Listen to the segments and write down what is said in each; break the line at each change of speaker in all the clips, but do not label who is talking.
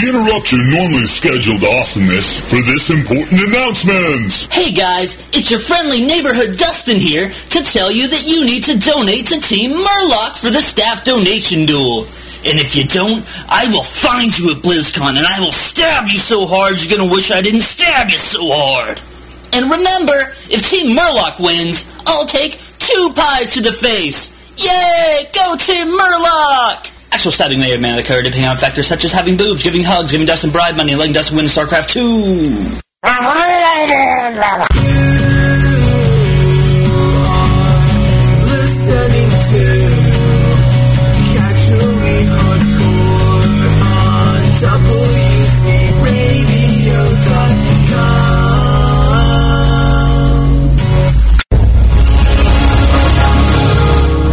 interrupt your normally scheduled awesomeness for this important announcement.
Hey guys, it's your friendly neighborhood Dustin here to tell you that you need to donate to Team Murloc for the staff donation duel. And if you don't, I will find you at BlizzCon and I will stab you so hard you're gonna wish I didn't stab you so hard. And remember, if Team Murloc wins, I'll take two pies to the face. Yay! Go Team Murloc! Actual stabbing may have may occur depending on factors such as having boobs, giving hugs, giving Dustin bride money, and letting Dustin win in StarCraft 2.
E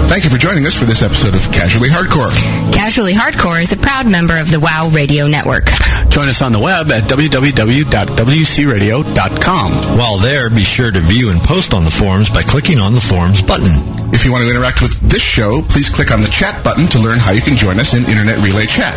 Thank you for joining us for this episode of Casually Hardcore.
Casually Hardcore is a proud member of the WoW Radio Network.
Join us on the web at www.wcradio.com.
While there, be sure to view and post on the forums by clicking on the forums button.
If you want to interact with this show, please click on the chat button to learn how you can join us in Internet Relay Chat.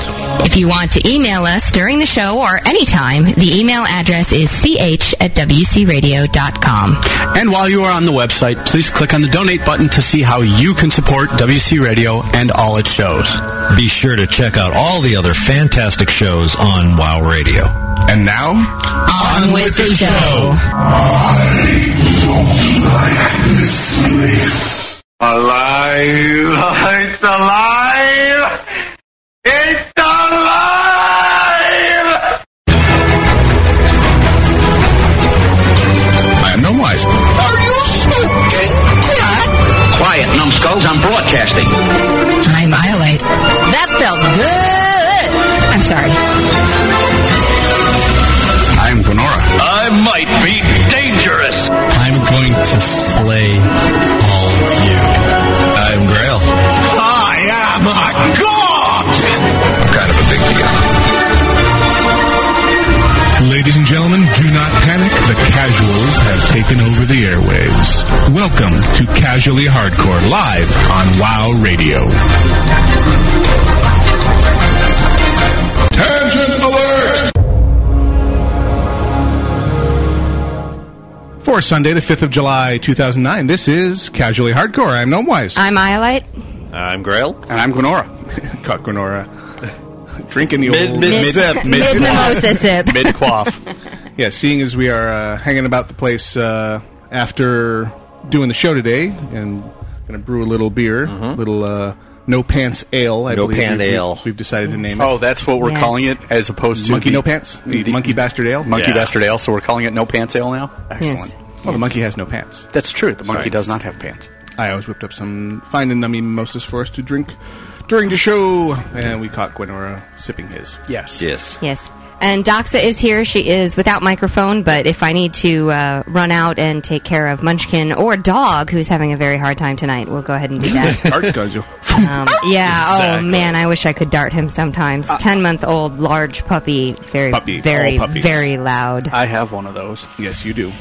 If you want to email us during the show or anytime, the email address is ch at wcradio.com.
And while you are on the website, please click on the donate button to see how you can support WC Radio and all its shows.
Be sure to check out all the other fantastic shows on WoW Radio.
And now,
On with the show.
Alive! It's alive! It's alive!
I am Gnome Wise.
Quiet, numbskulls, I'm broadcasting.
I'm Iolite. That felt good. I'm sorry.
I am Gwenora.
I might be dangerous.
I'm going to slay all of you. I'm Grail. I am a god!
kind of a big deal. Ladies and gentlemen, do not panic. The casuals have taken over the airwaves. Welcome to Casually Hardcore live on WoW Radio. Tangent alert! For Sunday, the 5th of July, 2009, this is Casually Hardcore. I'm Gnomewise.
I'm Iolite.
I'm Grail.
And I'm Gwenora. Cock Gwenora. Drinking the
Mid-
old...
mid- Mid- sip, mid-
mid mimosa sip.
Mid quaff.
Yeah, seeing as we are uh, hanging about the place uh, after doing the show today and going to brew a little beer, little uh, no pants ale. I
Mm-hmm. No
believe
pant
we've, we've-
ale.
We've, decided to name
oh,
it.
that's what we're
Yes.
calling it as opposed to
monkey
the-
no pants, the,
the-
monkey bastard ale.
Monkey
Yeah.
Bastard Ale. So we're calling it No Pants Ale now.
Excellent. Well, the monkey has no pants.
That's true. The monkey
Sorry.
does not have pants.
I always whipped up some fine and nummy mimosas for us to drink during the show, and we caught Gwenora sipping his.
Yes.
Yes.
Yes. And Doxa is here. She is without microphone, but if I need to uh, run out and take care of Munchkin or Dog, who's having a very hard time tonight, we'll go ahead and do that.
Art guys, you-
Um, yeah. Oh man, I wish I could dart him sometimes. Ten-month-old large puppy, very,
Uh, Puppy.
very,
All puppies.
very loud.
I have one of those.
yes, you do.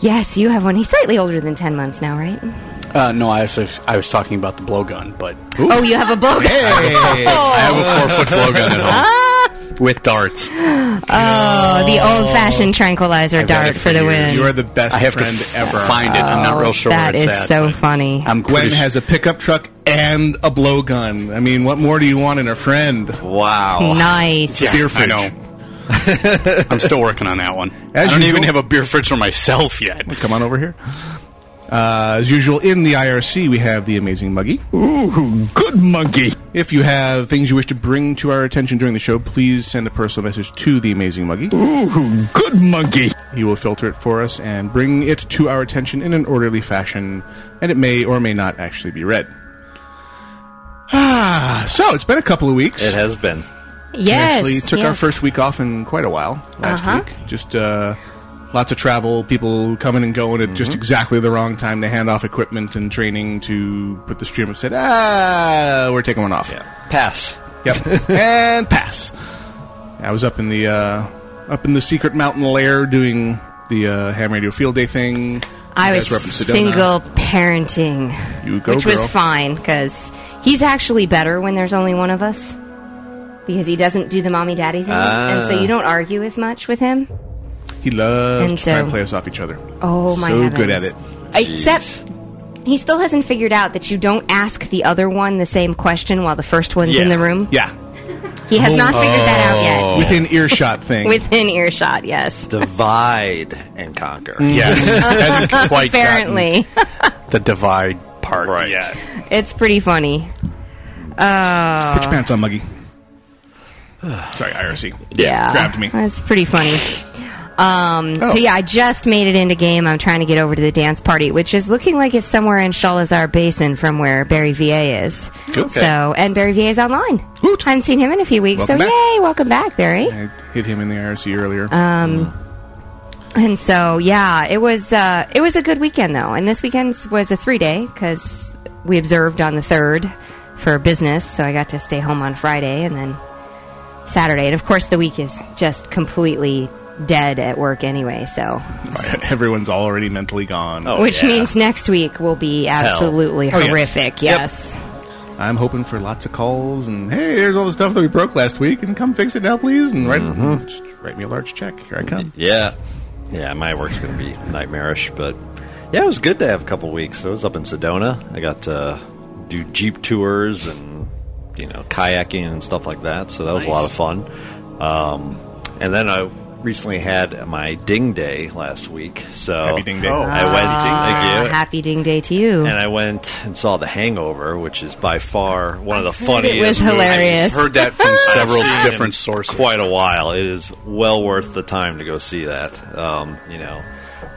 Yes, you have one. He's slightly older than ten months now, right?
Uh, no, I was, I was talking about the blowgun, but
Oh, you have a Oh, blow.
I have a four foot blowgun at home with darts.
Oh, the old-fashioned tranquilizer
had
dart
it
for
for the win.
You are the best
I have
friend
to f-
ever.
find it. I'm not
Oh,
real sure
that
where it's
is
at,
so
but
funny.
I'm
Gwen
pretty su-
has a pickup truck and a blowgun. I mean, what more do you want in a friend? Oh.
wow.
nice.
Yeah,
Beer
I
fridge.
know. I'm still working on that one.
As
I don't
usual-
even have a beer fridge for myself yet.
Come on over here. Uh, as usual, in the IRC, we have the amazing Muggy.
Good monkey.
If you have things you wish to bring to our attention during the show, please send a personal message to the amazing Muggy.
Good monkey.
He will filter it for us and bring it to our attention in an orderly fashion, and it may or may not actually be read. Ah, so it's been a couple of weeks.
It has been.
Yes.
actually took our
yes. Uh-huh.
first week off in quite a while last week. Just uh, lots of travel, people coming and going at just exactly the wrong time to hand off equipment and training to put the stream up. Said, ah, we're taking one off.
Pass.
Yep, and pass. I was up in the uh, up in the secret mountain lair doing the uh, ham radio field day thing.
I
You
was
guys were up in Sedona.
single parenting,
You go,
which was
girl.
fine because he's actually better when there's only one of us. because he doesn't do the mommy daddy thing, and
Ah.
so you don't argue as much with him.
He loves
And
to try and
so-
play us off each other.
Oh my
So
heavens.
good at it.
Except he still hasn't figured out that you don't ask the other one the same question while the first one's in the room.
Yeah. Oh.
He has not figured that out yet.
Within earshot thing.
Within earshot, yes.
Divide and conquer.
Yes. Hasn't quite gotten
Apparently.
the divide part
Right.
yet.
it's pretty funny. Uh,
Put
Uh-huh.
your pants on, Muggy. Sorry, IRC.
Yeah.
Grabbed me.
That's pretty funny. Um,
Oh.
So yeah, I just made it into game. I'm trying to get over to the dance party, which is looking like it's somewhere in Shalazar Basin from where Barry VA is.
Cool.
So and Barry VA is online.
Woot.
Haven't seen him in a few weeks,
Welcome
so
back.
yay, welcome back, Barry.
I hit him in the IRC earlier.
Uh,
And so yeah, it was uh, it was a good weekend though, and this weekend was a three day because we observed on the third for business, so I got to stay home on Friday and then Saturday, and of course the week is just completely dead at work anyway. So
Everyone's already mentally gone.
Oh,
Which
yeah.
means next week will be absolutely
Oh, yes.
horrific.
Yep.
Yes.
I'm hoping for lots of calls and hey, there's all the stuff that we broke last week, and come fix it now, please. And write, just write me a large check. Here I come.
Mm-hmm. Yeah. Yeah, my work's going to be nightmarish, but yeah, it was good to have a couple weeks. I was up in Sedona. I got to do jeep tours and you know kayaking and stuff like that. So that was a lot of fun. Um, and then I recently had my ding day last week. So
Happy Ding Day.
I went.
Ah,
thank
Uh,
you.
Happy Ding Day to you.
And I went and saw The Hangover, which is by far one of the
it
funniest.
was
movies
hilarious.
Heard that from several
seen in
different sources.
Quite a while. It is well worth the time to go see that. Um, you know,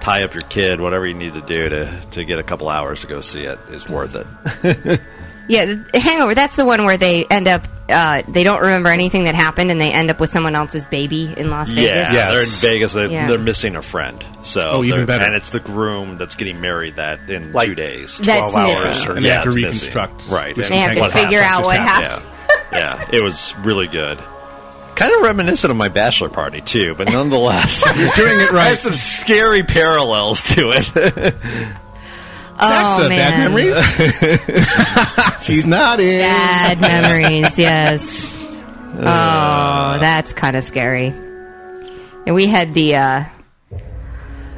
tie up your kid, whatever you need to do to to get a couple hours to go see it is worth it.
Yeah, the Hangover. That's the one where they end up. Uh, they don't remember anything that happened, and they end end up with someone else's baby in Las Vegas.
Yeah, they're in
Yes.
Vegas. They're,
Yeah.
they're missing a friend. So
Oh, even
they're-
better.
And it's the groom that's getting married that in
Like-
two days.
That's
12
missing.
hours or-
And they
Yeah,
have to
it's missing.
reconstruct.
Right.
which
They
have to
what
figure
happened
out
just
what
yeah, yeah. It was really good. Kind of reminiscent of my bachelor party too, but nonetheless,
You're doing it
has
right.
some scary parallels to it.
That's
oh,
a bad
man.
memories. She's not in.
Bad memories, yes. Oh, that's kind of scary. And we had the. Uh,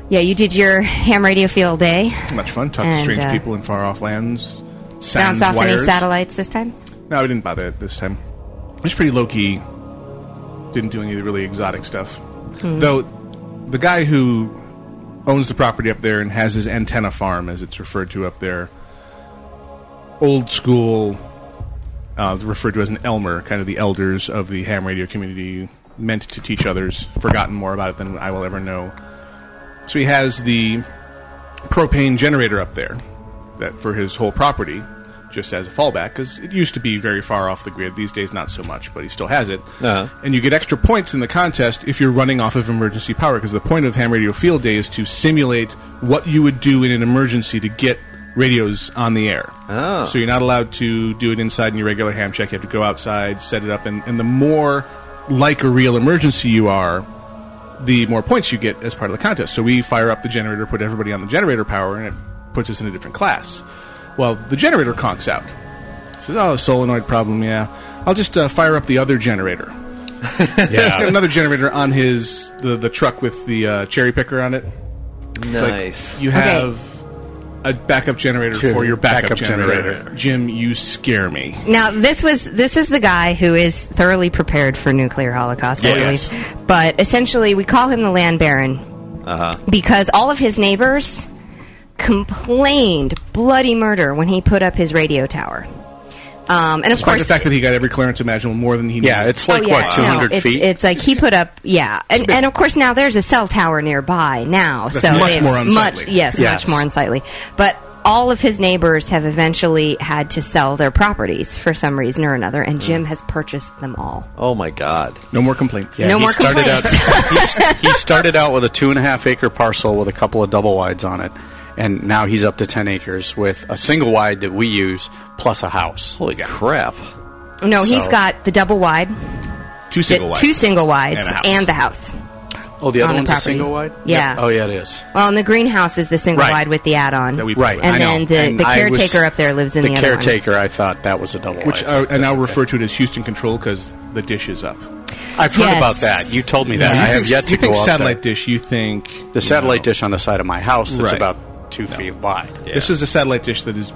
yeah, you did your ham radio field day.
Much fun. Talk to
And,
strange
uh,
people in far off lands. Sounds
Bounce off
wires.
any satellites this time?
No, we didn't bother it this time. It was pretty low key. Didn't do any of the really exotic stuff.
Hmm.
Though the guy who owns the property up there and has his antenna farm, as it's referred to up there, old school, uh, referred to as an Elmer, kind of the elders of the ham radio community, meant to teach others, forgotten more about it than I will ever know. So he has the propane generator up there that for his whole property just as a fallback because it used to be very far off the grid these days not so much but he still has it
Uh-huh.
and you get extra points in the contest if you're running off of emergency power because the point of ham radio field day is to simulate what you would do in an emergency to get radios on the air oh. so you're not allowed to do it inside in your regular ham check you have to go outside set it up and, and the more like a real emergency you are the more points you get as part of the contest. So we fire up the generator, put everybody on the generator power, and it puts us in a different class. Well, the generator conks out. Says, "Oh, solenoid problem. Yeah, I'll just uh, fire up the other generator." He's got another generator on his the the truck with the uh, cherry picker on it. It's like, you have a backup generator for your backup,
Backup
generator.
generator.
Jim, you scare me.
Now this was this is the guy who is thoroughly prepared for nuclear holocaust, I
Yes.
believe. But essentially, we call him the land baron
Uh-huh.
because all of his neighbors complained bloody murder when he put up his radio tower. Um, and of
Despite
course,
the fact that he got every clearance imaginable, more than he needed.
Yeah, it's like
Oh, yeah,
what,
no,
two hundred
it's,
feet?
It's like he put up, yeah, and and of course now there's a cell tower nearby now, so
much
it's
more unsightly.
Much, yes,
Yes.
much more unsightly. But all of his neighbors have eventually had to sell their properties for some reason or another, and
Mm.
Jim has purchased them all.
oh my god!
no more complaints.
no
he
more
started out.
complaints.
he, s- he started out with a two and a half acre parcel with a couple of double wides on it, and now he's up to ten acres with a single wide that we use plus a house.
Holy crap!
no, he's
So-
got the double wide,
Two
the
single wides.
two single wides,
And a house.
and the house.
Oh, the other
on
one's a
property.
single wide?
Yeah.
Oh, yeah, it is.
Well, and the greenhouse is the single
Right.
wide with the add-on.
That we put
right.
with. I
And
know.
then the,
And
the
I was-
caretaker up there lives in the,
the
other one.
caretaker, I thought that was a double
Which
wide.
I, I now refer to it as Houston Control because the dish is up.
I've heard
Yes.
about that. You told me
Yeah,
that.
you
I have
think-
yet to
you
go
think
up
satellite
there.
dish. You think
the satellite dish on the side of my house that's
Right.
about two feet wide.
This is a satellite dish that is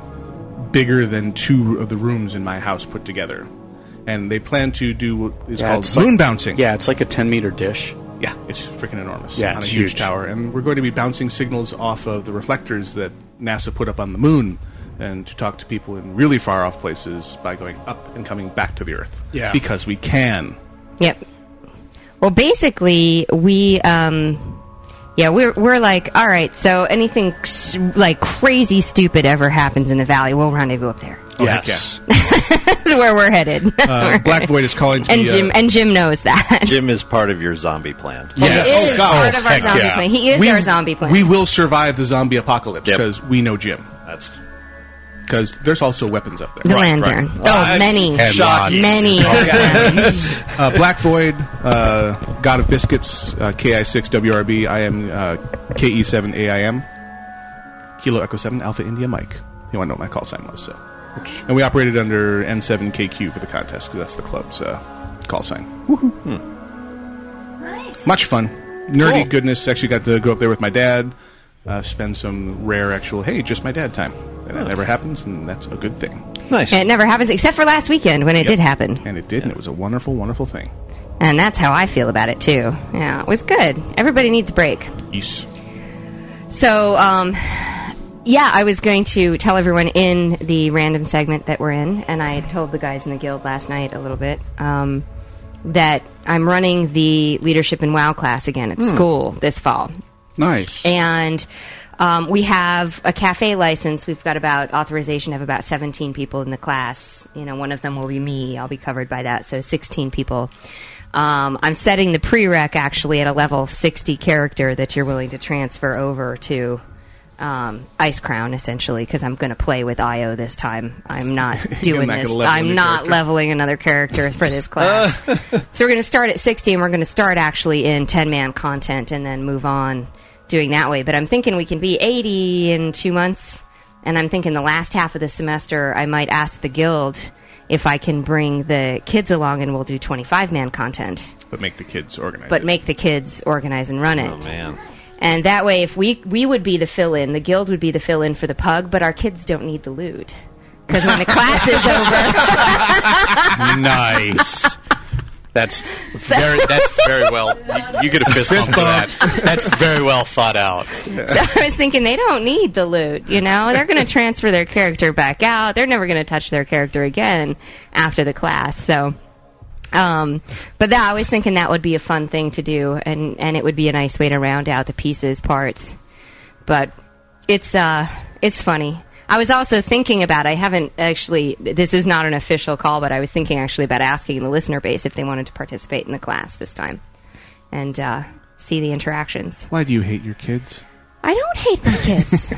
bigger than two of the rooms in my house put together, and they plan to do what is
Yeah,
called
it's
moon
like-
bouncing.
Yeah, it's like a ten meter dish.
Yeah, it's freaking enormous.
Yeah,
on
it's
a huge,
huge.
tower, and we're going to be bouncing signals off of the reflectors that NASA put up on the moon, and to talk to people in really far off places by going up and coming back to the Earth.
Yeah.
because we can.
Yep. Well, basically, we, um, yeah, we're, we're like, all right, so anything s- like crazy stupid ever happens in the valley, we'll rendezvous up there.
Oh, heck Yes.
That's where we're headed.
Uh, Black Void
is calling
to
and
the, uh,
Jim and Jim knows that.
Jim is part of your zombie plan.
Yes. Oh,
He is
God.
part of our
heck
zombie
yeah.
plan. He is
We-
our zombie plan.
We will survive the zombie apocalypse because we know Jim. That's because there's also weapons up there.
The Land Baron. Oh, many. Many.
Oh, uh, Black Void, uh, God of Biscuits, uh, KI6WRB. I am uh, KE7AIM, Kilo Echo 7 Alpha India Mike. You want to know what my call sign was, so. And we operated under N7KQ for the contest because that's the club's uh, call sign. Hmm. Much fun. Nerdy
Cool.
goodness. Actually, got to go up there with my dad, uh, spend some rare actual, hey, just my dad time. And that never happens, and that's a good thing.
Nice.
And it never happens except for last weekend when it did happen.
And it did, and it was a wonderful, wonderful thing.
And that's how I feel about it too. Yeah, it was good. Everybody needs a break.
Yes.
So, um, yeah, I was going to tell everyone in the random segment that we're in, and I told the guys in the guild last night a little bit um, that I'm running the leadership in WoW class again at
Hmm.
school this fall.
Nice.
And um, we have a cafe license. We've got about authorization of about 17 people in the class. You know, one of them will be me. I'll be covered by that. So 16 people. Um, I'm setting the prereq actually at a level 60 character that you're willing to transfer over to um, Ice Crown essentially because I'm going to play with Io this time. I'm not doing
not
this.
gonna level a new
I'm not
character. Uh,
leveling another character for this class. so we're going to start at 60 and we're going to start actually in 10 man content and then move on doing that way. But I'm thinking we can be 80 in two months. And I'm thinking the last half of the semester, I might ask the guild if I can bring the kids along and we'll do 25 man content,
But make the kids organized.
but make the kids organize and run it.
Oh man.
And that way, if we we would be the fill in, the guild would be the fill in for the pug, but our kids don't need the loot because when the class is
nice. That's very. That's very well. You, you get a fist bump for that. That's very well thought out.
So I was thinking they don't need the loot, you know? They're going to transfer their character back out. They're never going to touch their character again after the class. So um but that I was thinking that would be a fun thing to do and and it would be a nice way to round out the pieces parts. But it's uh it's funny. I was also thinking about I haven't actually this is not an official call, but I was thinking actually about asking the listener base if they wanted to participate in the class this time and uh see the interactions.
Why do you hate your kids?
I don't hate my kids.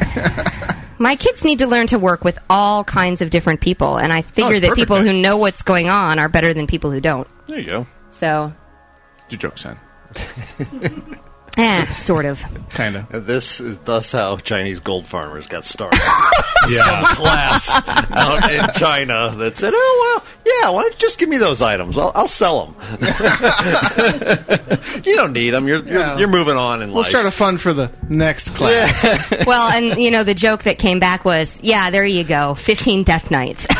my kids need to learn to work with all kinds of different people, and I figure
Oh, it's
that
perfect
people who know what's going on are better than people who don't.
There you go.
So,
It's a joke, son.
eh, sort of.
Kinda.
This is thus how Chinese gold farmers got started.
Yeah.
Some class out in China that said, "Oh well, yeah. Why don't you just give me those items? I'll, I'll sell them. you don't need them. You're you're,
Yeah.
you're moving on in
We'll
life."
start a fund for the next class.
well, and you know, the joke that came back was, "Yeah, there you go, fifteen death knights."
no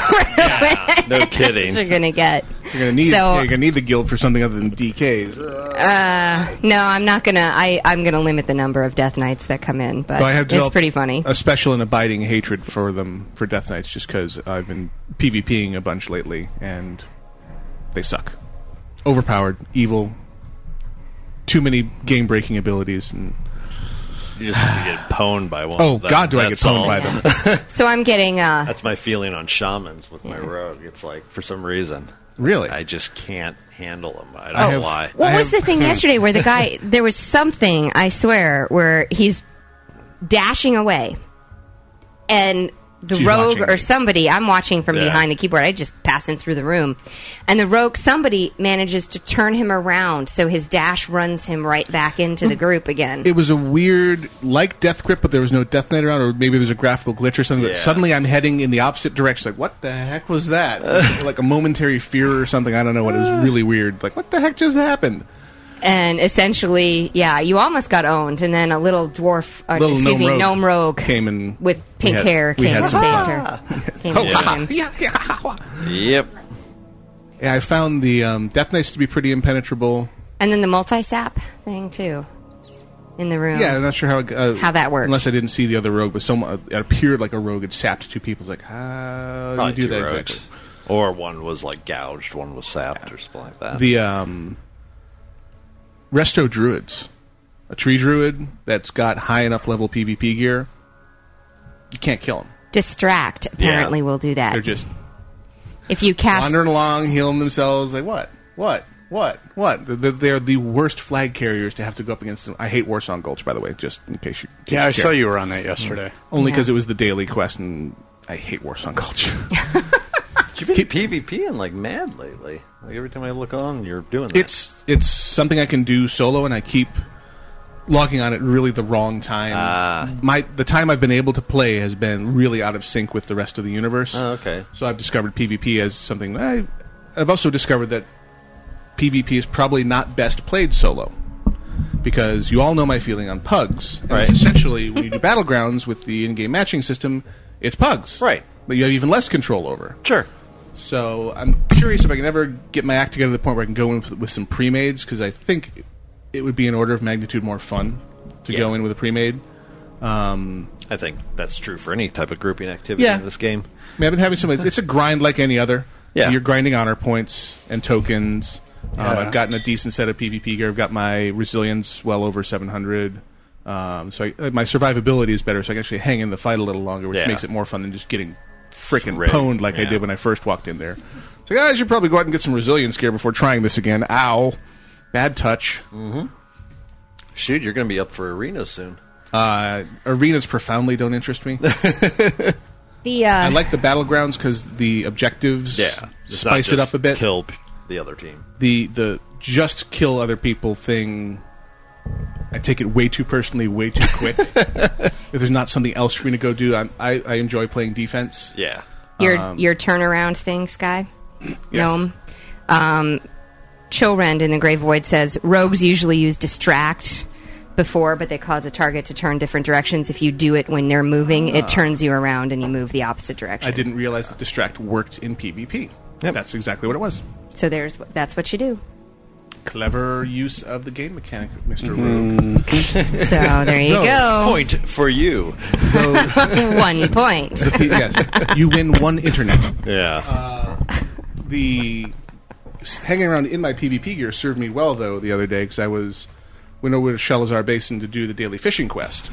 That You're gonna get.
You're gonna need.
So-
you're gonna need the guild for something other than DKs.
Uh, no, I'm not gonna. I I'm gonna limit the number of death knights that come in, but
Though I have
it's
developed
pretty funny.
A special and abiding hatred for them for Death Knights, just because I've been PvPing a bunch lately, and they suck. Overpowered, evil, too many game-breaking abilities, and
You just have to get pwned by one.
Oh,
of them.
God, do I get
That's
pwned
all.
by them.
So I'm getting. Uh,
That's my feeling on shamans with my rogue. It's like for some reason,
really,
I just can't handle them. I don't
I
know
have-
why.
What was the thing yesterday where the guy there was something I swear where he's dashing away and the
She's
rogue
watching
or somebody. I'm watching from
Yeah.
behind the keyboard. I just pass him through the room, and the rogue somebody manages to turn him around, so his dash runs him right back into the group again.
It was a weird, like Death Grip, but there was no Death Knight around, or maybe there's a graphical glitch or something. But
Yeah.
suddenly I'm heading in the opposite direction. Like, what the heck was that? like a momentary fear or something. I don't know what. It was really weird. Like, what the heck just happened?
And essentially, yeah, you almost got owned, and then a little dwarf, uh,
Little
excuse
gnome
me,
rogue
gnome rogue
came and
with pink
had-
hair
we
came
had
and
some
saved
fun. Oh,
her. Came and
Yeah.
saved him.
Yep.
Yeah, I found the um, Death Knights to be pretty impenetrable.
And then the multi sap thing too, in the room.
Yeah, I'm not sure how it- uh,
Oh. How that worked.
Unless I didn't see the other rogue, but someone it appeared like a rogue had sapped two people. It's like how do
Probably
you do
two
that
rogues.
exactly?
Or one was like gouged, one was sapped, or something like that.
the um, resto druids, a tree druid that's got high enough level PvP gear, you can't kill him.
Distract apparently will do that.
They're just
if you cast
wandering along, healing themselves. Like what? What? What? What? They're- They're, they're the worst flag carriers to have to go up against them. I hate Warsong Gulch, by the way. Just in case you. in case
Yeah, I
care.
saw you were on that yesterday.
Only
Yeah.
because it was the daily quest, and I hate Warsong Gulch.
You've been PvP and like mad lately. Like every time I look on, you're doing that.
It's it's something I can do solo, and I keep logging on at really the wrong time.
Ah.
My the time I've been able to play has been really out of sync with the rest of the universe.
Oh, okay.
So I've discovered PvP as something. I, I've also discovered that PvP is probably not best played solo because you all know my feeling on pugs. And
Right.
it's essentially, when you do battlegrounds with the in-game matching system, it's pugs. Right. That you have even less control over.
Sure.
So I'm curious if I can ever get my act together to the point where I can go in with, with some pre-mades because I think it would be an order of magnitude more fun to go in with a pre-made. Um,
I think that's true for any type of grouping activity
Yeah.
in this game.
I mean, I've been having some. It's a grind like any other.
Yeah.
You're grinding honor points and tokens. Um,
Yeah.
I've gotten a decent set of PvP gear. I've got my resilience well over 700. Um, so I, uh, my survivability is better, so I can actually hang in the fight a little longer, which
Yeah.
makes it more fun than just getting freaking
Rigged,
pwned like I
yeah.
did when I first walked in there. So guys, you should probably go out and get some resilience gear before trying this again. Ow, bad touch.
Mm-hmm. Shoot, you're going to be up for arena soon.
Uh, arenas profoundly don't interest me.
the uh,
I like the battlegrounds because the objectives
Yeah, It's not
spice it
just
up a bit.
Kill p- the other team.
the the just kill other people thing I take it way too personally, way too quick. if there's not something else for me to go do, I'm, I, I enjoy playing defense.
Yeah.
your
Um,
your turnaround thing, Sky. Gnome. Um, Chilrend in the Grey Void says rogues usually use distract before, but they cause a target to turn different directions. If you do it when they're moving,
Ah.
it turns you around and you move the opposite direction.
I didn't realize that distract worked in PvP. That's exactly what it was.
So there's that's what you do.
Clever use of the game mechanic, Mister Rogue.
So there you
No.
go.
Point for you.
One point.
The P- yes, you win one internet.
Yeah.
Uh, the hanging around in my PvP gear served me well though the other day because I was went over to Shelazar Basin to do the daily fishing quest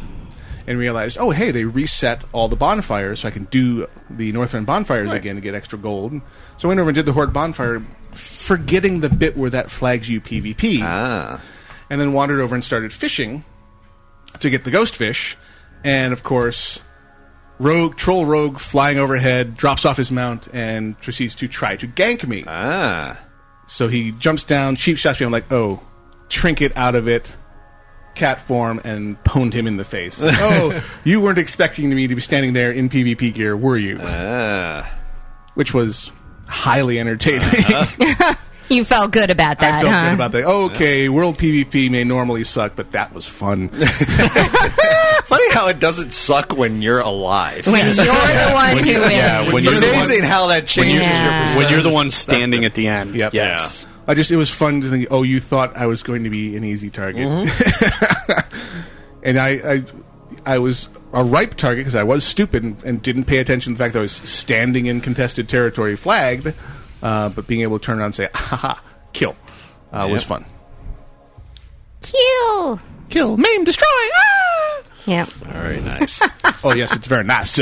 and realized oh hey they reset all the bonfires so I can do the Northrend bonfires again to get extra gold so I went over and did the Horde bonfire forgetting the bit where that flags you PvP and then wandered over and started fishing to get the ghost fish and of course rogue troll rogue flying overhead drops off his mount and proceeds to try to gank me
ah
so he jumps down cheap shots me i'm like oh trinket out of it cat form and pwned him in the face Like, oh you weren't expecting me to be standing there in pvp gear were you which was highly entertaining
You felt good about that,
I felt
huh?
good about that. Okay, world PvP may normally suck, but that was fun.
Funny how it doesn't suck when you're alive. uh,
When you're the one
When you-
who wins.
yeah, when
it's
you're the one-
amazing how that
when
changes
you're,
your
when you're the
perception.
one standing at the end.
Yep.
Yes.
I just it was fun to think. Oh, you thought I was going to be an easy target,
Mm-hmm.
and I, I I was a ripe target because I was stupid and, and didn't pay attention to the fact that I was standing in contested territory, flagged. Uh, but being able to turn around and say "haha, kill" uh, was
Yep.
fun.
Kill.
Kill, maim, destroy. ah!"
Yeah.
Very nice.
oh yes, it's very nice.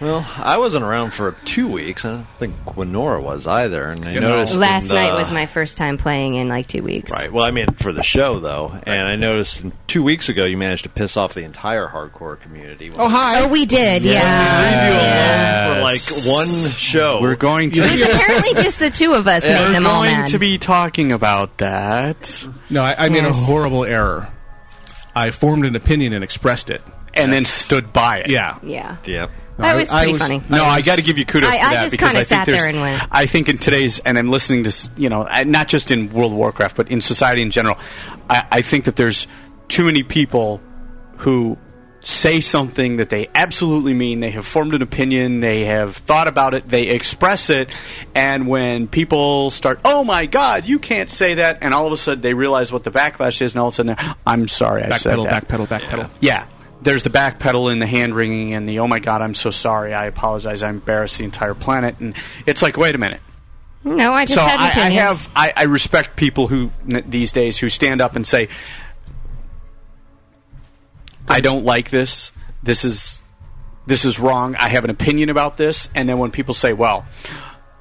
Well, I wasn't around for two weeks. I don't think Quinora was either. And I noticed in
Last
the-
uh,
night was my first time playing in like two weeks.
Right. Well, I mean, for the show though, and I noticed two weeks ago you managed to piss off the entire hardcore community.
Oh hi. Oh, we did. Yeah.
For like one show,
We're going to.
It was apparently just the two of us made them all
going
mad.
to be talking about that.
No, I, I made a
Yes.
horrible error. I formed an opinion and expressed it.
And then stood by it.
Yeah.
Yeah.
Yep.
That was pretty funny.
No, I got to give you kudos
I-
for
I
that
just
because
kinda
I think
sat there
there's.
and went-
I think in today's, and I'm listening to s- you know, I- not just in World of Warcraft, but in society in general. I, I think that there's too many people who say something that they absolutely mean. They have formed an opinion. They have thought about it. They express it, and when people start, oh my God, you can't say that, and all of a sudden they realize what the backlash is, and all of a sudden, they're, I'm sorry, I said
Backpedal,
that.
backpedal, backpedal.
Yeah. There's the back pedal and the hand wringing and the oh my god, I'm so sorry, I apologize, I embarrassed the entire planet. And it's like, wait a minute.
No, I just
so I,
had an
I
opinion.
have I, I respect people who n- these days who stand up and say, I don't like this. This is this is wrong. I have an opinion about this. And then when people say, well,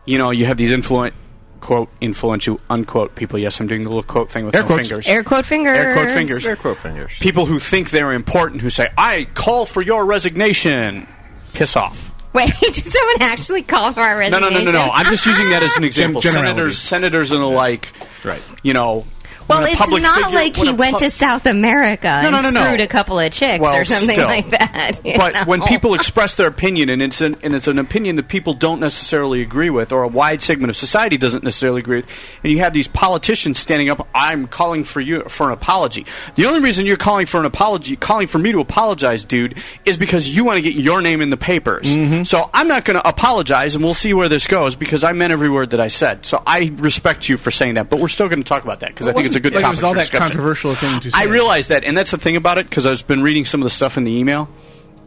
you know, you have these influent quote influential unquote people. Yes, I'm doing the little quote thing with
Air
my
quotes.
fingers.
Air quote fingers.
Air quote fingers
Fair quote fingers.
people who think they're important who say, I call for your resignation. Piss off.
Wait, did someone actually call for our
No,
resignation? Ah!
no, no, no, no. I'm just using that as an example.
Gen- generalities.
senators, senators, and the like.
Right.
You know.
Well,
when a
it's
public
not
figure-
like
when
he
a
went
pub-
to South America
No, no, no,
and
no.
screwed a couple of chicks
Well,
or something
still.
like that. you
But
know?
when people express their opinion, and it's an and it's an opinion that people don't necessarily agree with, or a wide segment of society doesn't necessarily agree with, and you have these politicians standing up, I'm calling for you for an apology. The only reason you're calling for an apology, calling for me to apologize, dude, is because you want to get your name in the papers.
Mm-hmm.
So I'm not going to apologize, and we'll see where this goes because I meant every word that I said. So I respect you for saying that, but we're still going to talk about that because I think it's a good
like it
topic.
was all
for
that
discussion.
controversial thing to
I
say.
realize that, and that's the thing about it because I've been reading some of the stuff in the email,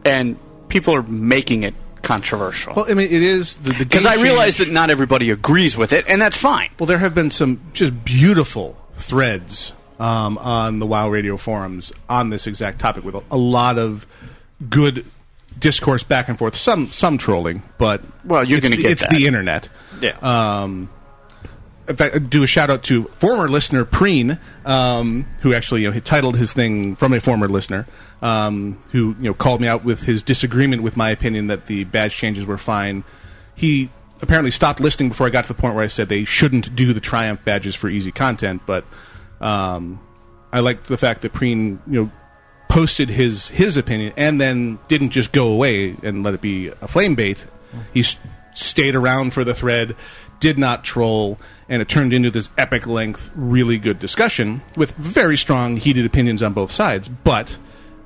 and people are making it controversial
Well, I mean, it is the the
because
game
I realize
change-
that not everybody agrees with it, and that's fine.
Well, there have been some just beautiful threads um, on the WoW Radio forums on this exact topic, with a, a lot of good discourse back and forth. Some some trolling, but
Well, you're
it's
gonna
the-
get
it's
that.
the internet.
Yeah.
Um, in fact, I'd do a shout out to former listener Preen, um, who actually you know he titled his thing from a former listener, um, who you know called me out with his disagreement with my opinion that the badge changes were fine. He apparently stopped listening before I got to the point where I said they shouldn't do the triumph badges for easy content. But um, I liked the fact that Preen you know posted his his opinion and then didn't just go away and let it be a flame bait. He s- stayed around for the thread, did not troll, and it turned into this epic length, really good discussion with very strong, heated opinions on both sides. But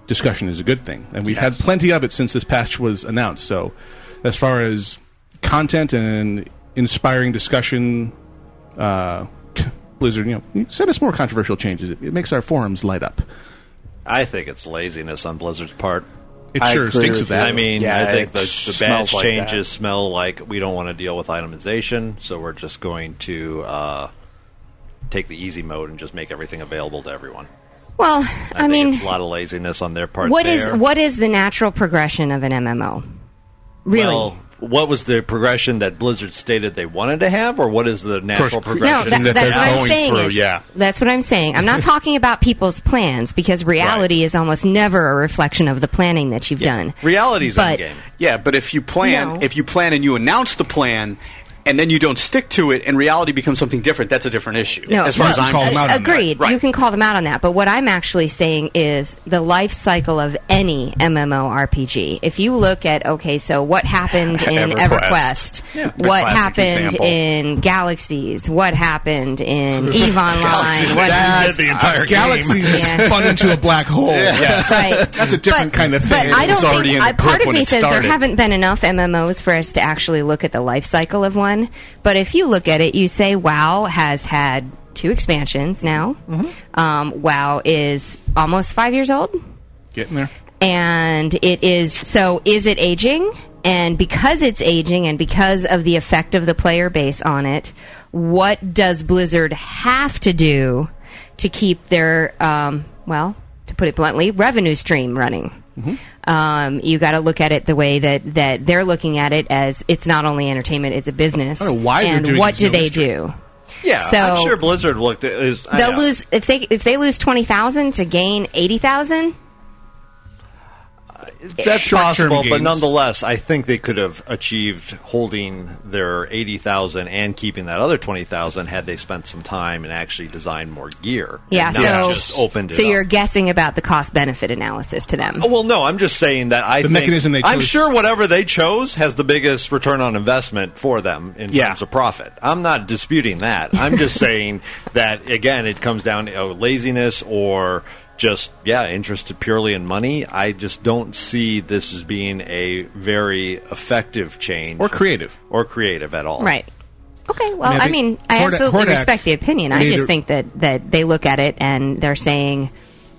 discussion is a good thing, and we've had plenty of it since this patch was announced. So, as far as content and inspiring discussion, uh, Blizzard, you know, send us more controversial changes. It, it makes our forums light up.
I think it's laziness on Blizzard's part.
It
I
sure
agree
stinks
with
of that.
I mean,
Yeah,
I think
it
the, the badge
smells like
changes
that.
smell like we don't want to deal with itemization, so we're just going to uh, take the easy mode and just make everything available to everyone.
well, I,
think
mean,
it's a lot of laziness on their part.
what is
there.
what is the natural progression of an MMO? Really?
Well, what was the progression that Blizzard stated they wanted to have, or what is the natural
no,
progression
that-
that,
that's
they're
what I'm
going
saying.
through?
is,
yeah,
that's what I'm saying. I'm not talking about people's plans because reality is almost never a reflection of the planning that you've done.
reality's in the
But-
game.
Yeah, but if you plan,
No.
if you plan and you announce the plan, and then you don't stick to it, and reality becomes something different, that's a different issue.
No,
as far
no, uh,
as I'm
Call them
concerned.
out on that.
agreed.
Right.
You can call them out on that. But what I'm actually saying is the life cycle of any MMORPG. If you look at okay, so what happened in
EverQuest.
EverQuest?
Yeah, the
what
classic
happened
example.
in Galaxies? What happened in Eve Online? what
the entire
Galaxies
Yeah.
spun into a black hole.
Right.
That's a different
But-
kind of thing.
But I don't
was already
think
in the
I, part
book
of
when
me
it
says
started.
there haven't been enough MMOs for us to actually look at the life cycle of one. But if you look at it, you say WoW has had two expansions now.
Mm-hmm.
Um, WoW is almost five years old
Getting there.
and it is so is it aging and because it's aging and because of the effect of the player base on it what does blizzard have to do to keep their um, well to put it bluntly revenue stream running
Mm-hmm.
Um, you got to look at it the way that, that they're looking at it as it's not only entertainment; it's a business.
I don't know why they're
and
doing
what
it
do
to
they
illustrate.
do?
Yeah,
So-
I'm sure Blizzard looked at is I
They'll
know.
lose if they if they lose twenty thousand to gain eighty thousand.
That's
Short-term
possible, but
gains.
nonetheless, I think they could have achieved holding their eighty thousand and keeping that other twenty thousand had they spent some time and actually designed more gear. and
Yeah,
not
so
just opened it
so
up.
you're guessing about the cost benefit analysis to them.
Oh, well, no, I'm just saying that I
The
think,
mechanism they
I'm
chose-
sure whatever they chose has the biggest return on investment for them in
Yeah.
terms of profit. I'm not disputing that. I'm just saying that again, it comes down to oh, laziness or just yeah, interest purely in money. I just don't see this as being a very effective change
Or creative.
or creative at all.
Right. Okay. Well,
mean, I
I
think
mean, I,
Hordak-
absolutely
Hordak
respect the opinion. I
made
just
a-
think that that they look at it and they're saying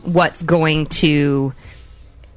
what's going to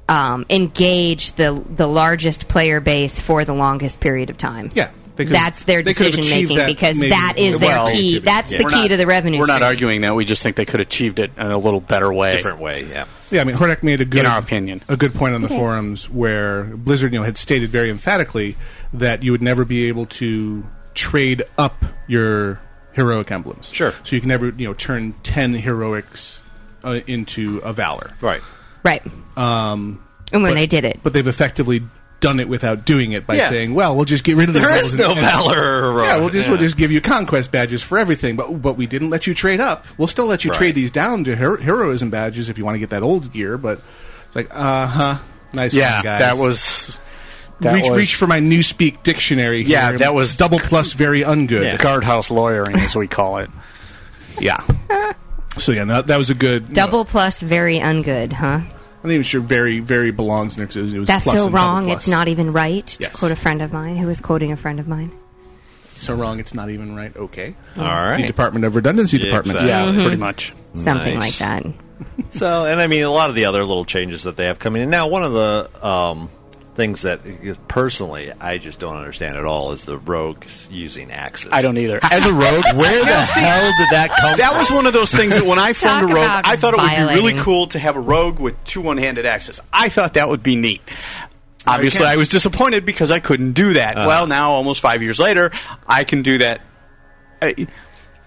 um, engage the the largest player base for the longest period of time.
Yeah. they could've-
That's their
they could've
decision
achieved
making
that
because
maybe
that is their
Well,
key. That's the
We're
key
not-
to the revenue.
We're not
stream.
arguing that. We just think they could have achieved it in a little better way.
Different way, yeah.
Yeah, I mean, Hordak made a good,
In our opinion.
a good point on the
Okay.
forums where Blizzard, you know, had stated very emphatically that you would never be able to trade up your heroic emblems. Sure. So you can never, you know, turn ten heroics uh, into a valor.
Right.
Right.
Um,
And when
but-
they did it,
but they've effectively done it without doing it by
Yeah.
saying, "Well, we'll just get rid of the
There
rebels
is
and-
no
and-
valor or-
Yeah, we'll just we'll
yeah.
just give you conquest badges for everything, but but we didn't let you trade up. We'll still let you
Right.
trade these down to her- heroism badges if you want to get that old gear, but it's like, uh huh, nice.
Yeah,
one, guys.
that was- that
reach
was-
reach for my new speak dictionary.
Yeah,
here.
that was-
double plus very ungood
guardhouse lawyering, as we call it.
Yeah. So yeah, that, that was a good you know,
double plus very ungood, huh?
I'm not even sure very very belongs next. It was, it was
That's
plus
so
and double
wrong.
plus.
It's not even right. To
Yes.
quote a friend of mine who was quoting a friend of mine. e-
so wrong. It's not even right. Okay.
All right.
The Department of Redundancy
Yeah,
Department.
exactly.
Mm-hmm.
Yeah, Mhm. pretty
much.
Something
Nice.
like that.
So, and I mean, a lot of the other little changes that they have coming in. Now, one of the um, things that uh, personally I just don't understand at all is the rogues using axes.
I don't either.
As a rogue, where the hell did that come
That
from?
was one of those things that when I formed
Talk
a rogue,
about
I thought it would be really
violating.
cool to have a rogue with two one handed axes. I thought that would be neat. Obviously,
Okay.
I was disappointed because I couldn't do that.
Uh.
well, now, almost five years later, I can do that. I-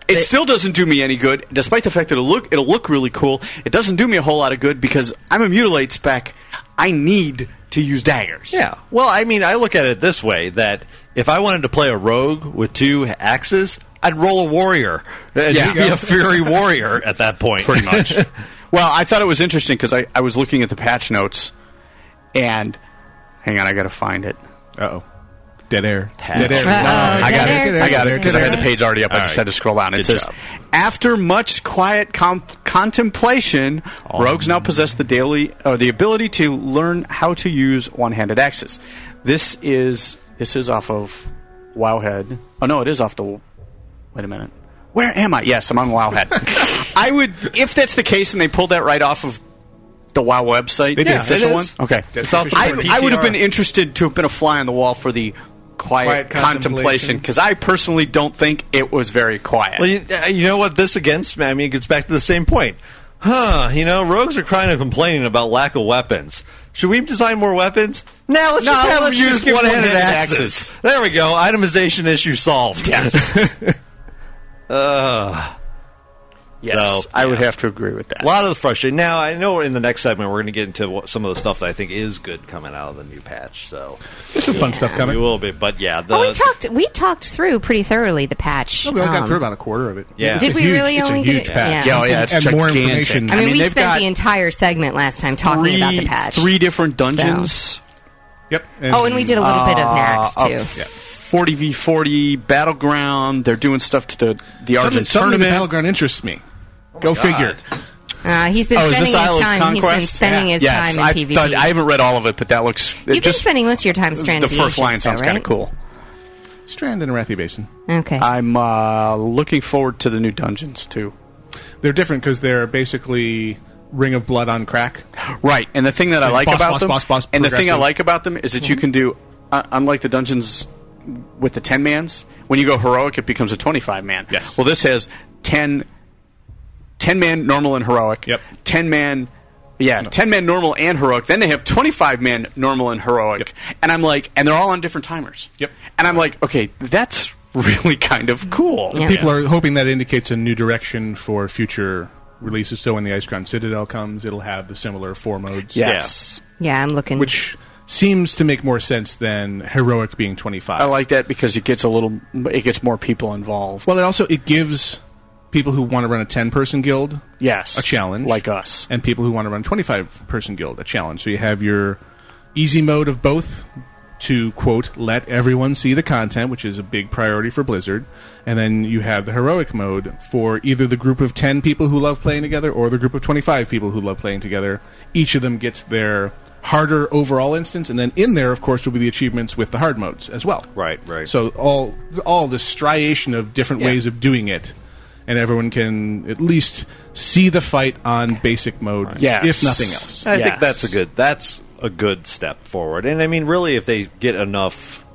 it still doesn't do me any good, despite the fact that it'll look, it'll look really cool. It doesn't do me a whole lot of good because I'm a mutilate spec. I need to use daggers.
Yeah. Well, I mean, I look at it this way: that if I wanted to play a rogue with two axes, I'd roll a warrior. I'd
Yeah.
just be a fury warrior at that point,
pretty much. well, I thought it was interesting because I, I was looking at the patch notes, and hang on, I got to find it.
Uh oh, dead air. Dead air.
I got
dead
it.
air,
I got
dead
it because I
air.
had the page already up. I
All
just
right.
had to scroll down. It
Good
says,
job.
after much quiet com- contemplation,
Oh,
rogues now possess the daily or the ability to learn how to use one-handed axes. This is this is off of Wowhead. Oh no, it is off the. Wait a minute. Where am I? Yes, I'm on Wowhead. I would, if that's the case, and they pulled that right off of the WoW website,
They
the
did.
official
It
one.
is.
Okay,
That's off the
I,
PTR.
I would have been interested to have been a fly on the wall for the quiet,
Quiet
contemplation
contemplation.
because I personally don't think it was very quiet.
Well, you, uh, you know what? This against me. I mean, it gets back to the same point. Huh? You know, rogues are crying and complaining about lack of weapons. Should we design more weapons? Now let's
No,
just have
let's
them
just
use
give
one-handed,
one-handed
axes.
axes.
There we go. Itemization issue solved. Yes. uh,
yes,
So,
I would
yeah.
have to agree with that.
A lot of the frustration. Now, I know in the next segment we're going to get into what, some of the stuff that I think is good coming out of the new patch. So there's
some fun stuff coming.
We will be, but yeah, the,
Oh, we talked. We talked through pretty thoroughly the patch.
No, we only got
Um,
through about a quarter of it.
Yeah.
Did
It's a
we
huge,
really
it's
only
a
get
huge
it-
patch.
yeah. Yeah,
oh, yeah,
and,
it's
and more
gigantic.
information.
I mean,
I mean,
we
they've
spent
got
the entire segment last time talking
three,
about the patch.
three different dungeons.
Yep.
Oh, and we did a little bit of Nax,
Uh,
too. Yeah.
40v40 battleground. They're doing stuff to the the Argent
something, something in the
tournament.
battleground interests me. Go
God.
figure.
Uh, he's been
oh,
spending
is this
his
Isle of
time. He's been
Conquest?
spending his
yes,
time in
I
PvP.
Thought, I haven't read all of it, but that looks. it
You've been
just-
spending most of your time stranded.
the first line sounds kind of cool.
Strand and Arathi Basin.
Okay.
I'm uh, looking forward to the new dungeons too.
They're different because they're basically Ring of Blood on crack.
Right, and the thing that I
And
like
boss,
about
boss,
them,
boss, boss,
and the thing I
progressive. Mm-hmm.
like about them is that you can do, uh, unlike the dungeons with the ten mans, when you go heroic, it becomes a twenty-five man. Yes. Well, this has 10, 10 man normal and heroic. Yep. Ten man Yeah, ten man normal and heroic. Then they have twenty five man normal and heroic, and I'm like, and they're all on different timers. Yep. And I'm like, okay, that's really kind of cool.
And People are hoping that indicates a new direction for future releases. So when the Icecrown Citadel comes, it'll have the similar four modes.
Yes.
Yeah, I'm looking.
Which seems to make more sense than heroic being 25.
I like that because it gets a little, it gets more people involved.
Well, it also it gives people who want to run a 10 person guild
Yes.
a challenge
Like us.
and people who want to run 25 person guild a challenge. So you have your easy mode of both to quote let everyone see the content, which is a big priority for Blizzard, and then you have the heroic mode for either the group of 10 people who love playing together or the group of 25 people who love playing together. Each of them gets their harder overall instance and then in there of course will be the achievements with the hard modes as well.
Right, right.
So all all the striation of different ways of doing it, and everyone can at least see the fight on basic mode,
Yes.
if nothing else.
I
Yes.
think that's a good that's a good step forward. And I mean, really, if they get enough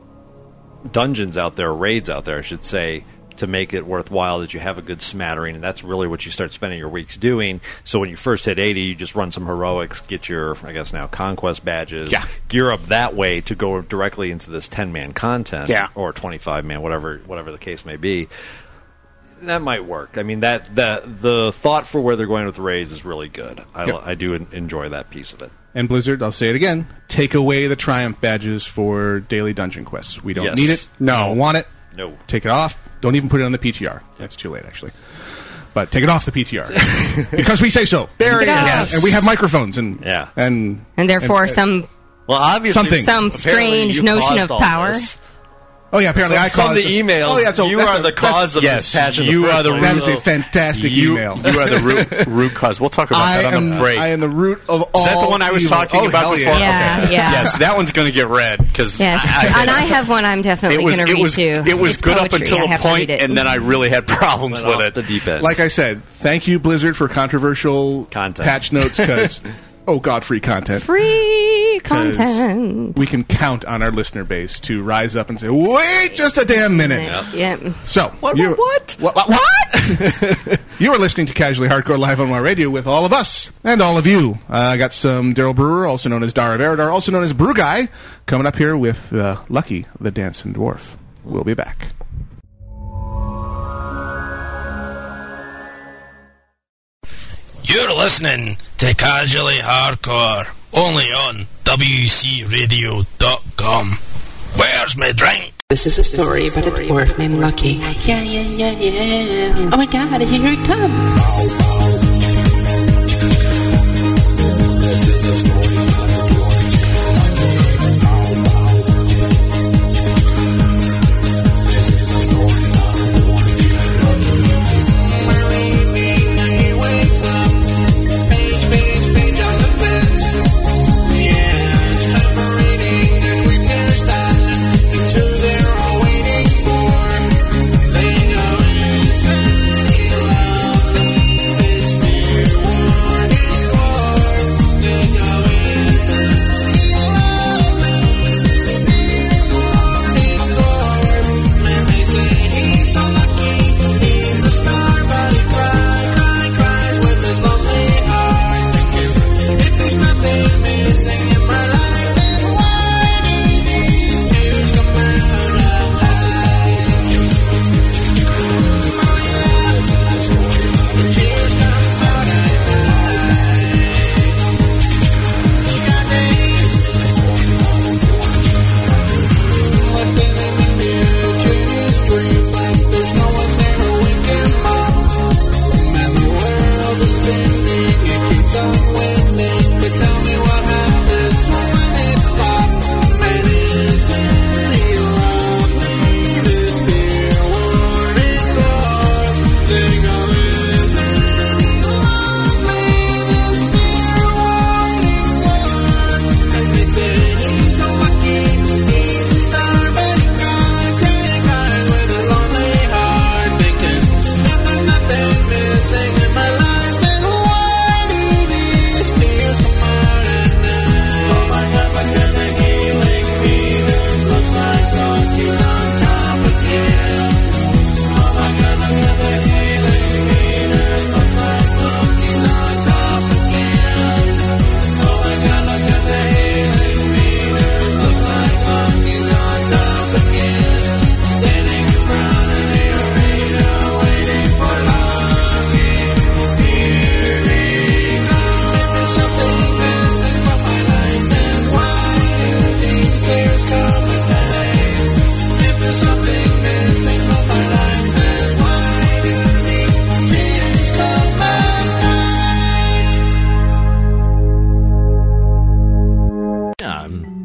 dungeons out there, raids out there, I should say, to make it worthwhile, that you have a good smattering, and that's really what you start spending your weeks doing. So when you first hit eighty, you just run some heroics, get your I guess now conquest badges,
Yeah.
gear up that way to go directly into this ten man content,
Yeah.
or twenty five man, whatever whatever the case may be. That might work. I mean that the the thought for where they're going with raids is really good. I,
Yep.
I do en- enjoy that piece of it.
And Blizzard, I'll say it again: take away the triumph badges for daily dungeon quests. We don't
Yes.
need it.
No.
we don't want it.
No.
take it off. Don't even put it on the PTR. That's too late, actually. But take it off the PTR because we say so.
There it
Yeah.
is.
And we have microphones, and
Yeah.
and
and therefore
uh,
some
Well, obviously,
Something.
Some
apparently
strange
you
notion
caused
of
all
power.
this.
oh yeah, apparently I
From
caused
the email,
Oh yeah, that's a-
you
that's
are
a-
the
that's-
cause of
yes,
this patch. in
you
the first
are the
place.
That is
root-
a fantastic
you,
email.
You are the root, root cause. We'll talk about
I
that on
am,
the break.
I am the root of all.
Is that the one I was
evil.
talking
Oh,
about
hell
before?
Yeah,
Okay.
yeah.
Yes, that one's going to get read because
yes, and I have one. I'm definitely
it was
going to
it
read
was
too.
it was
It's
good up
poetry. I
until a
have to
point,
read it.
and then I really had problems
Went
with
off
it.
the deep end.
Like I said, thank you Blizzard for controversial
Content.
patch notes because oh god, free content.
free
'Cause
content.
We can count on our listener base to rise up and say, "Wait, just a damn minute."
Yep.
So
What-
you-
what-
What? What? you are listening to Casually Hardcore live on my radio with all of us and all of you. Uh, I got some Daryl Brewer, also known as Dar of Eridar, also known as Brew Guy, coming up here with uh, Lucky the Dancing Dwarf. We'll be back.
You're listening to Casually Hardcore, only on WCRadio.com. Where's my drink?
This is a story about a dwarf named Lucky. Yeah, yeah, yeah, yeah. Oh my god, here it comes.
Thank you.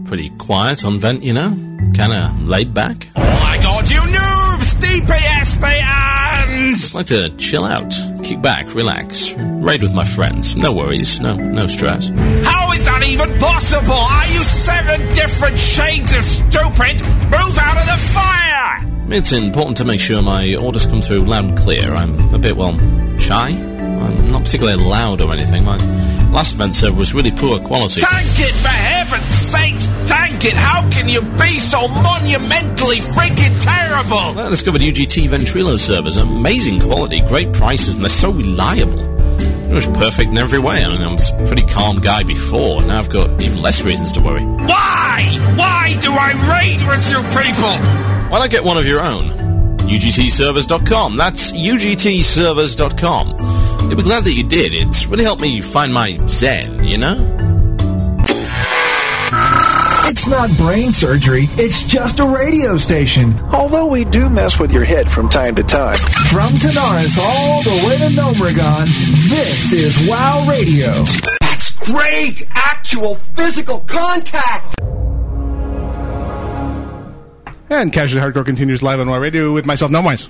pretty quiet on vent, you know, kind of laid back.
Oh my god, you noobs! DPS they
Just like to chill out, kick back, relax, raid with my friends. No worries, no no stress.
How is that even possible? Are you seven different shades of stupid? Move out of the fire!
It's important to make sure my orders come through loud and clear. I'm a bit, well, shy. I'm not particularly loud or anything. My last vent server was really poor quality.
Tank it, for heaven's sakes! Tank it! How can you be so monumentally freaking terrible?
I discovered UGT Ventrilo servers. Amazing quality, great prices, and they're so reliable. It was perfect in every way. I mean, I was a pretty calm guy before, and now I've got even less reasons to worry.
Why? Why do I raid with you people?
Why not get one of your own? UGTservers.com. That's UGTservers.com. You'll be glad that you did. It's really helped me find my zen, you know?
It's not brain surgery, it's just a radio station. Although we do mess with your head from time to time. From Tanaris all the way to Nomragon, this is WoW Radio. That's great! Actual physical contact!
And Casually Hardcore continues live on Raw Radio with myself, Nomwise.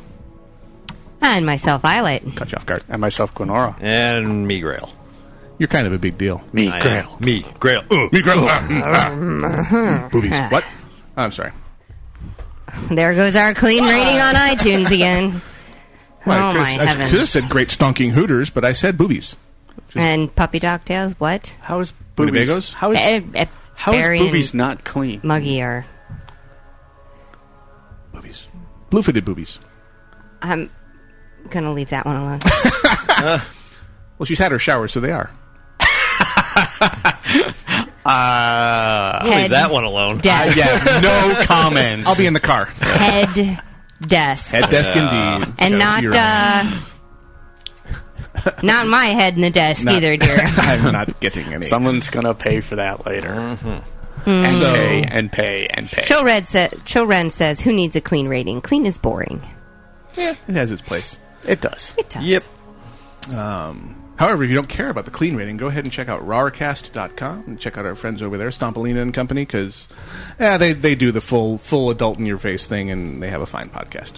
And myself, Violet.
Cut you off guard.
And myself, Quinora.
And me, Grail.
You're kind of a big deal.
Me, I am. Grail. Me, Grail. Uh,
me, Grail.
uh,
Ah, mm, ah.
Mhm.
Boobies. What? I'm sorry.
There goes our clean rating on iTunes again.
Well,
oh
I could've-
my
I could have
heavens!
said great stonking hooters, but I said boobies.
And puppy dog tails. What? Eh,
How is
Winnebagos?
How is- how is boobies not clean?
Muggy are.
Boobies. Blue-footed boobies.
I'm gonna leave that one alone.
Well, she's had her shower, so they are.
Uh,
We'll leave Head that one
alone.
desk.
Uh,
I have
no comment.
I'll be in the car.
Head desk.
Head desk
Yeah.
indeed.
And
Go
not
to your-
uh, not my head in the desk
Not-
either, dear.
I'm not getting any.
Someone's gonna pay for that later.
Uh-huh.
Mm.
And
So-
pay and pay and pay.
Cho Red sa- Cho Ren says, "Who needs a clean rating? Clean is boring."
Yeah, it has its place.
It does.
It does.
Yep. Um, however, if you don't care about the clean rating, go ahead and check out rarcast.com and check out our friends over there, Stompolina and Company, because yeah, they, they do the full full adult in your face thing, and they have a fine podcast.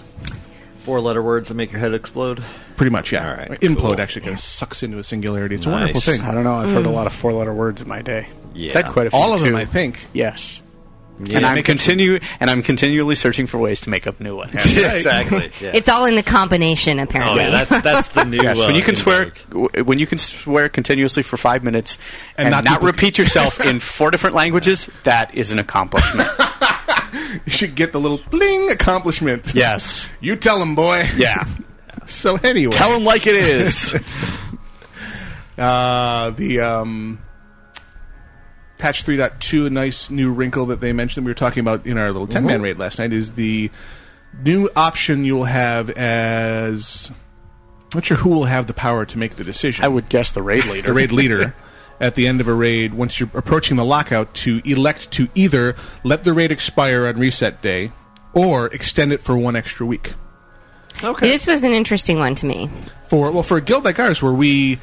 Four letter words that make your head explode.
Pretty much, yeah.
All right.
Implode
cool.
actually kind of sucks into a singularity. It's a
Nice.
wonderful thing.
I don't know, I've heard a Mm.
A lot of four letter words in my day.
Yeah.
Said quite a few.
All of them,
too.
I think.
Yes.
Yeah.
And I'm
Make it-
continue and I'm continually searching for ways to make up new ones.
exactly. Yeah. Oh,
It's all in the combination, apparently.
the new,
Yes, when
uh,
you can
new
swear, w- when you can swear continuously for five minutes and,
not
not,
duplicate.
repeat yourself in four different languages, that is an accomplishment.
You should get the little bling accomplishment.
Yes.
you tell them, boy.
Yeah.
so anyway,
Tell 'em like it is.
uh, the um, patch 3.2, a nice new wrinkle that they mentioned we were talking about in our little 10 man
Mhm.
raid last night, is the new option you'll have as. I'm not sure who will have the power to make the decision. I
would guess the raid leader.
the raid leader. At the end of a raid, once you're approaching the lockout, to elect to either let the raid expire on reset day or extend it for one extra week.
Okay. This was an interesting one to me.
For well, for a guild like ours, where we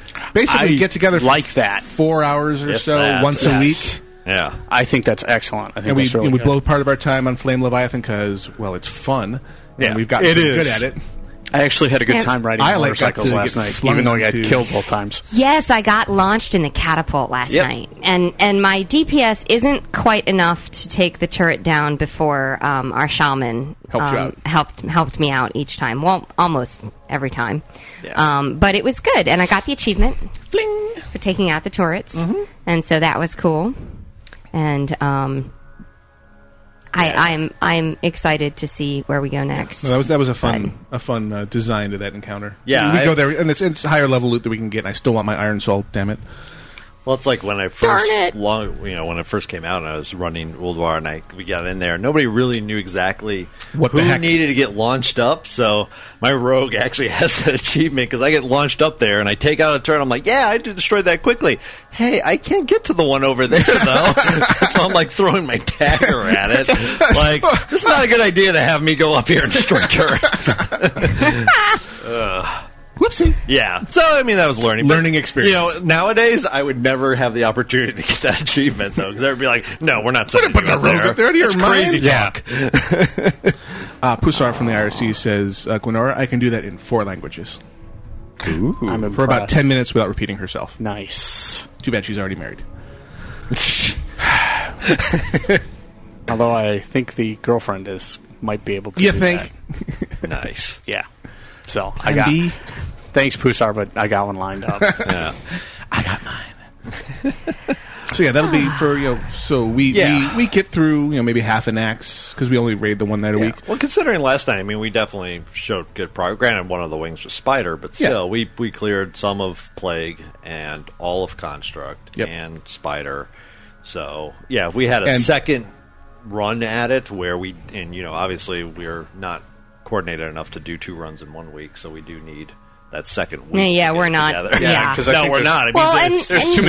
I
basically get together for
like that.
four hours or
If
so
that,
once a
yes.
week,
Yeah.
I think that's excellent. I think
and we
that's really
and we
good.
blow part of our time on Flame Leviathan because well, it's fun.
Yeah,
and we've gotten
it
pretty
is.
good at it.
I actually had a good
Yeah.
time riding
I like
motorcycles
that to
last
get
night,
flung
even though I got
into-
killed both times.
Yes, I got launched in a catapult last
Yep.
night, and and my DPS isn't quite enough to take the turret down before um, our shaman
Helped you
um,
out.
helped helped me out each time. Well, almost every time. Um, but it was good, and I got the achievement Fling! for taking out the turrets,
Mm-hmm.
and so that was cool. And um, I, I'm I'm excited to see where we go next.
So that was that was a fun a fun uh, design to that encounter.
Yeah,
we
I-
go there, and it's, it's higher level loot that we can get. and I still want my iron salt. Damn it!
Well, it's like when I first long, you know, when I first came out and I was running Uldwar and I we got in there. Nobody really knew exactly
What the
who
heck?
needed to get launched up. So my rogue actually has that achievement because I get launched up there and I take out a turn. I'm like, yeah, I destroyed that quickly. Hey, I can't get to the one over there though. so I'm like throwing my dagger at it. Like this is not a good idea to have me go up here and destroy turrets. Ugh.
Whoopsie.
Yeah. So I mean, that was learning
Learning experience.
You know, nowadays I would never have the opportunity to get that achievement though, because I'd be like, "No, we're not sending you
Putting a
up
rogue
there.
up there to your
It's
mind?
crazy talk."
uh, Pusar from the IRC says, uh, Gwenora, I can do that in four languages.
I'm
For about
impressed.
10 minutes without repeating herself.
Nice.
Too bad she's already married.
Although I think the girlfriend is might be able to.
You
do
think?
that.
nice.
Yeah. So
Plan
I got.
B?
Thanks, Pusar, but I got one lined up.
yeah.
So yeah, that'll be for you. Know, so we,
Ah. Yeah.
we we get through you know maybe half an axe because we only raid the one night a
Yeah.
week.
Well, considering last night, I mean, we definitely showed good progress. Granted, one of the wings was Spider, but
Yeah.
still, we, we cleared some of Plague and all of Construct
Yep.
and Spider. So, yeah, if we had a
And-
second run at it where we, and, you know, obviously we're not coordinated enough to do two runs in one week, so we do need that second week.
Yeah, yeah, we're not.
Together.
Yeah. Yeah, 'cause I
no,
think
we're
there's-
not. I mean,
Well, and-
it's-
and-
Simple.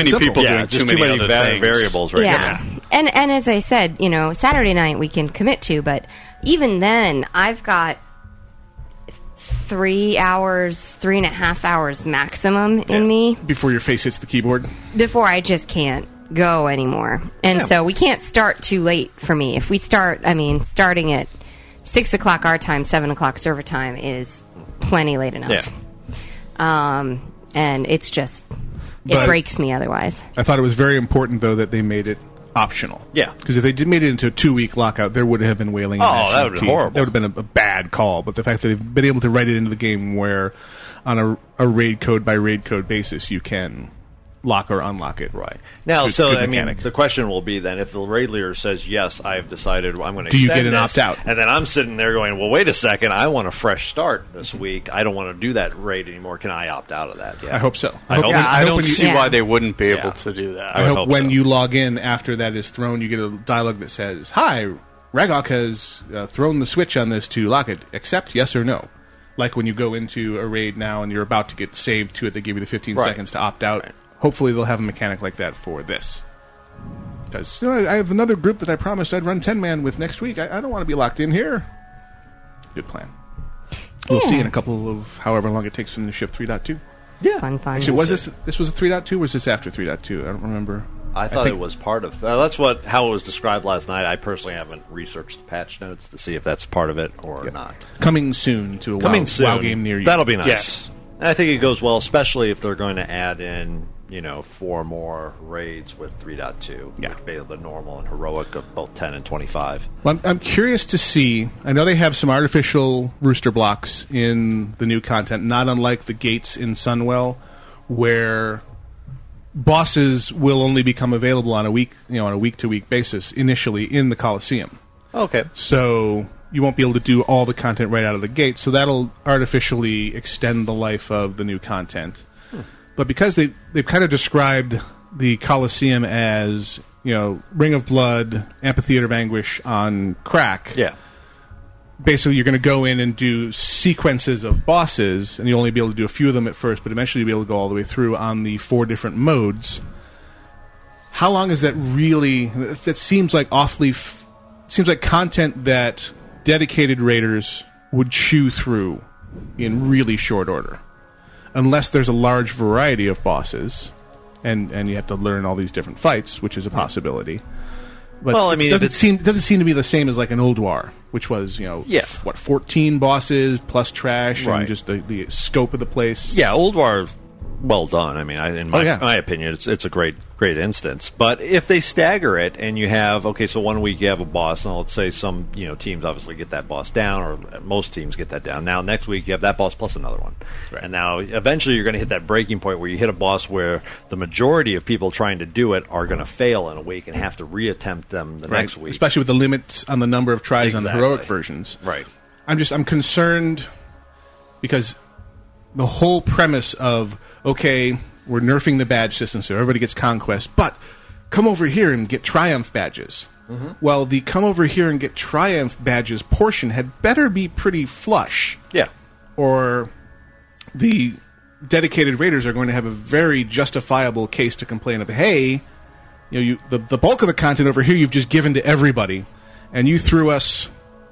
yeah,
doing
just
too
too
many
many,
other
va-
things.
variables right
yeah.
now.
And and as I said, you know, Saturday night we can commit to, but even then, I've got three hours, three and a half hours maximum in me
before your face hits the keyboard.
before I just can't go anymore. And
Yeah.
so we can't start too late for me. If we start, I mean, starting at six o'clock our time, seven o'clock server time is plenty late enough. Um, and it's just it
But-
breaks me otherwise.
I thought it was very important though that they made it optional.
Yeah.
because if they did made it into a two week lockout, there would have been wailing. and
Oh, that
gnashing of
would've been
teeth.
horrible.
That would have been a, a bad call. But the fact that they've been able to write it into the game where on a, a raid code by raid code basis you can lock or unlock it.
Right Now,
Good-
so
good
I mean,
mechanic.
the question will be then: if the raid leader says yes, I've decided I'm going to.
Do you get an opt-out?
And then I'm sitting there going, "Well, wait a second. I want a fresh start this week. I don't want to do that raid anymore. Can I opt out of that?" Yeah,
Mm-hmm. I hope so.
I hope.
when-
I
hope
don't
when you-
see why they wouldn't be able to do that.
I, hope, when you log in after that is thrown, you get a dialogue that says, "Hi, Ragok has uh, thrown the switch on this to lock it. Accept yes or no." Like when you go into a raid now and you're about to get saved to it, they give you the 15
Right.
seconds to opt out. Hopefully, they'll have a mechanic like that for this. Because I I have another group that I promised I'd run 10 man with next week. I, I don't want to be locked in here. Good plan. We'll see
Yeah.
in a couple of however long it takes them to ship 3.2.
Yeah.
Fun, fun.
Actually, was this this was a 3.2 or was this after 3.2? I don't remember.
I thought
think-
it was part of. Uh, that's what how it was described last night. I personally haven't researched the patch notes to see if that's part of it or not.
coming soon to a
Coming
WoW,
soon.
WoW game near you.
That'll be nice.
Yes.
And I think it goes well, especially if they're going to add in, you know, four more raids with 3.2. Yeah. Which be the normal and heroic of both 10 and 25.
Well, I'm, I'm curious to see. I know they have some artificial rooster blocks in the new content, not unlike the gates in Sunwell, where bosses will only become available on a week, you know, on a week to week basis initially in the Coliseum.
Okay.
So you won't be able to do all the content right out of the gate. So that'll artificially extend the life of the new content. But because they they've kind of described the Colosseum as you know Ring of Blood, Amphitheater of Anguish on crack.
Yeah.
Basically, you're going to go in and do sequences of bosses, and you'll only be able to do a few of them at first, but eventually you'll be able to go all the way through on the four different modes how long is that really that seems like awfully f- seems like content that dedicated raiders would chew through in really short order unless there's a large variety of bosses and and you have to learn all these different fights which is a possibility but
Well, I
it's-
mean, if
doesn't
it's-
seem it doesn't seem to be the same as like an old war which was you know
Yeah.
f- what 14 bosses plus trash
Right.
and just the, the scope of the place
Yeah, Old War, is well done. I mean, I, in my,
Oh, yeah.
my opinion, it's it's a great great instance. But if they stagger it and you have okay, so one week you have a boss, and let's say some you know teams obviously get that boss down, or most teams get that down. Now next week you have that boss plus another one, and now eventually you're going to hit that breaking point where you hit a boss where the majority of people trying to do it are going to fail in a week and have to reattempt them the
Right.
next week.
especially with the limits on the number of tries on the heroic
Exactly.
versions.
Right.
I'm just I'm concerned because the whole premise of okay, we're nerfing the badge system so everybody gets conquest, but come over here and get triumph badges.
Mm-hmm.
Well, the come over here and get triumph badges portion had better be pretty flush
Yeah.
or the dedicated raiders are going to have a very justifiable case to complain of hey you know you the, the bulk of the content over here you've just given to everybody and you threw us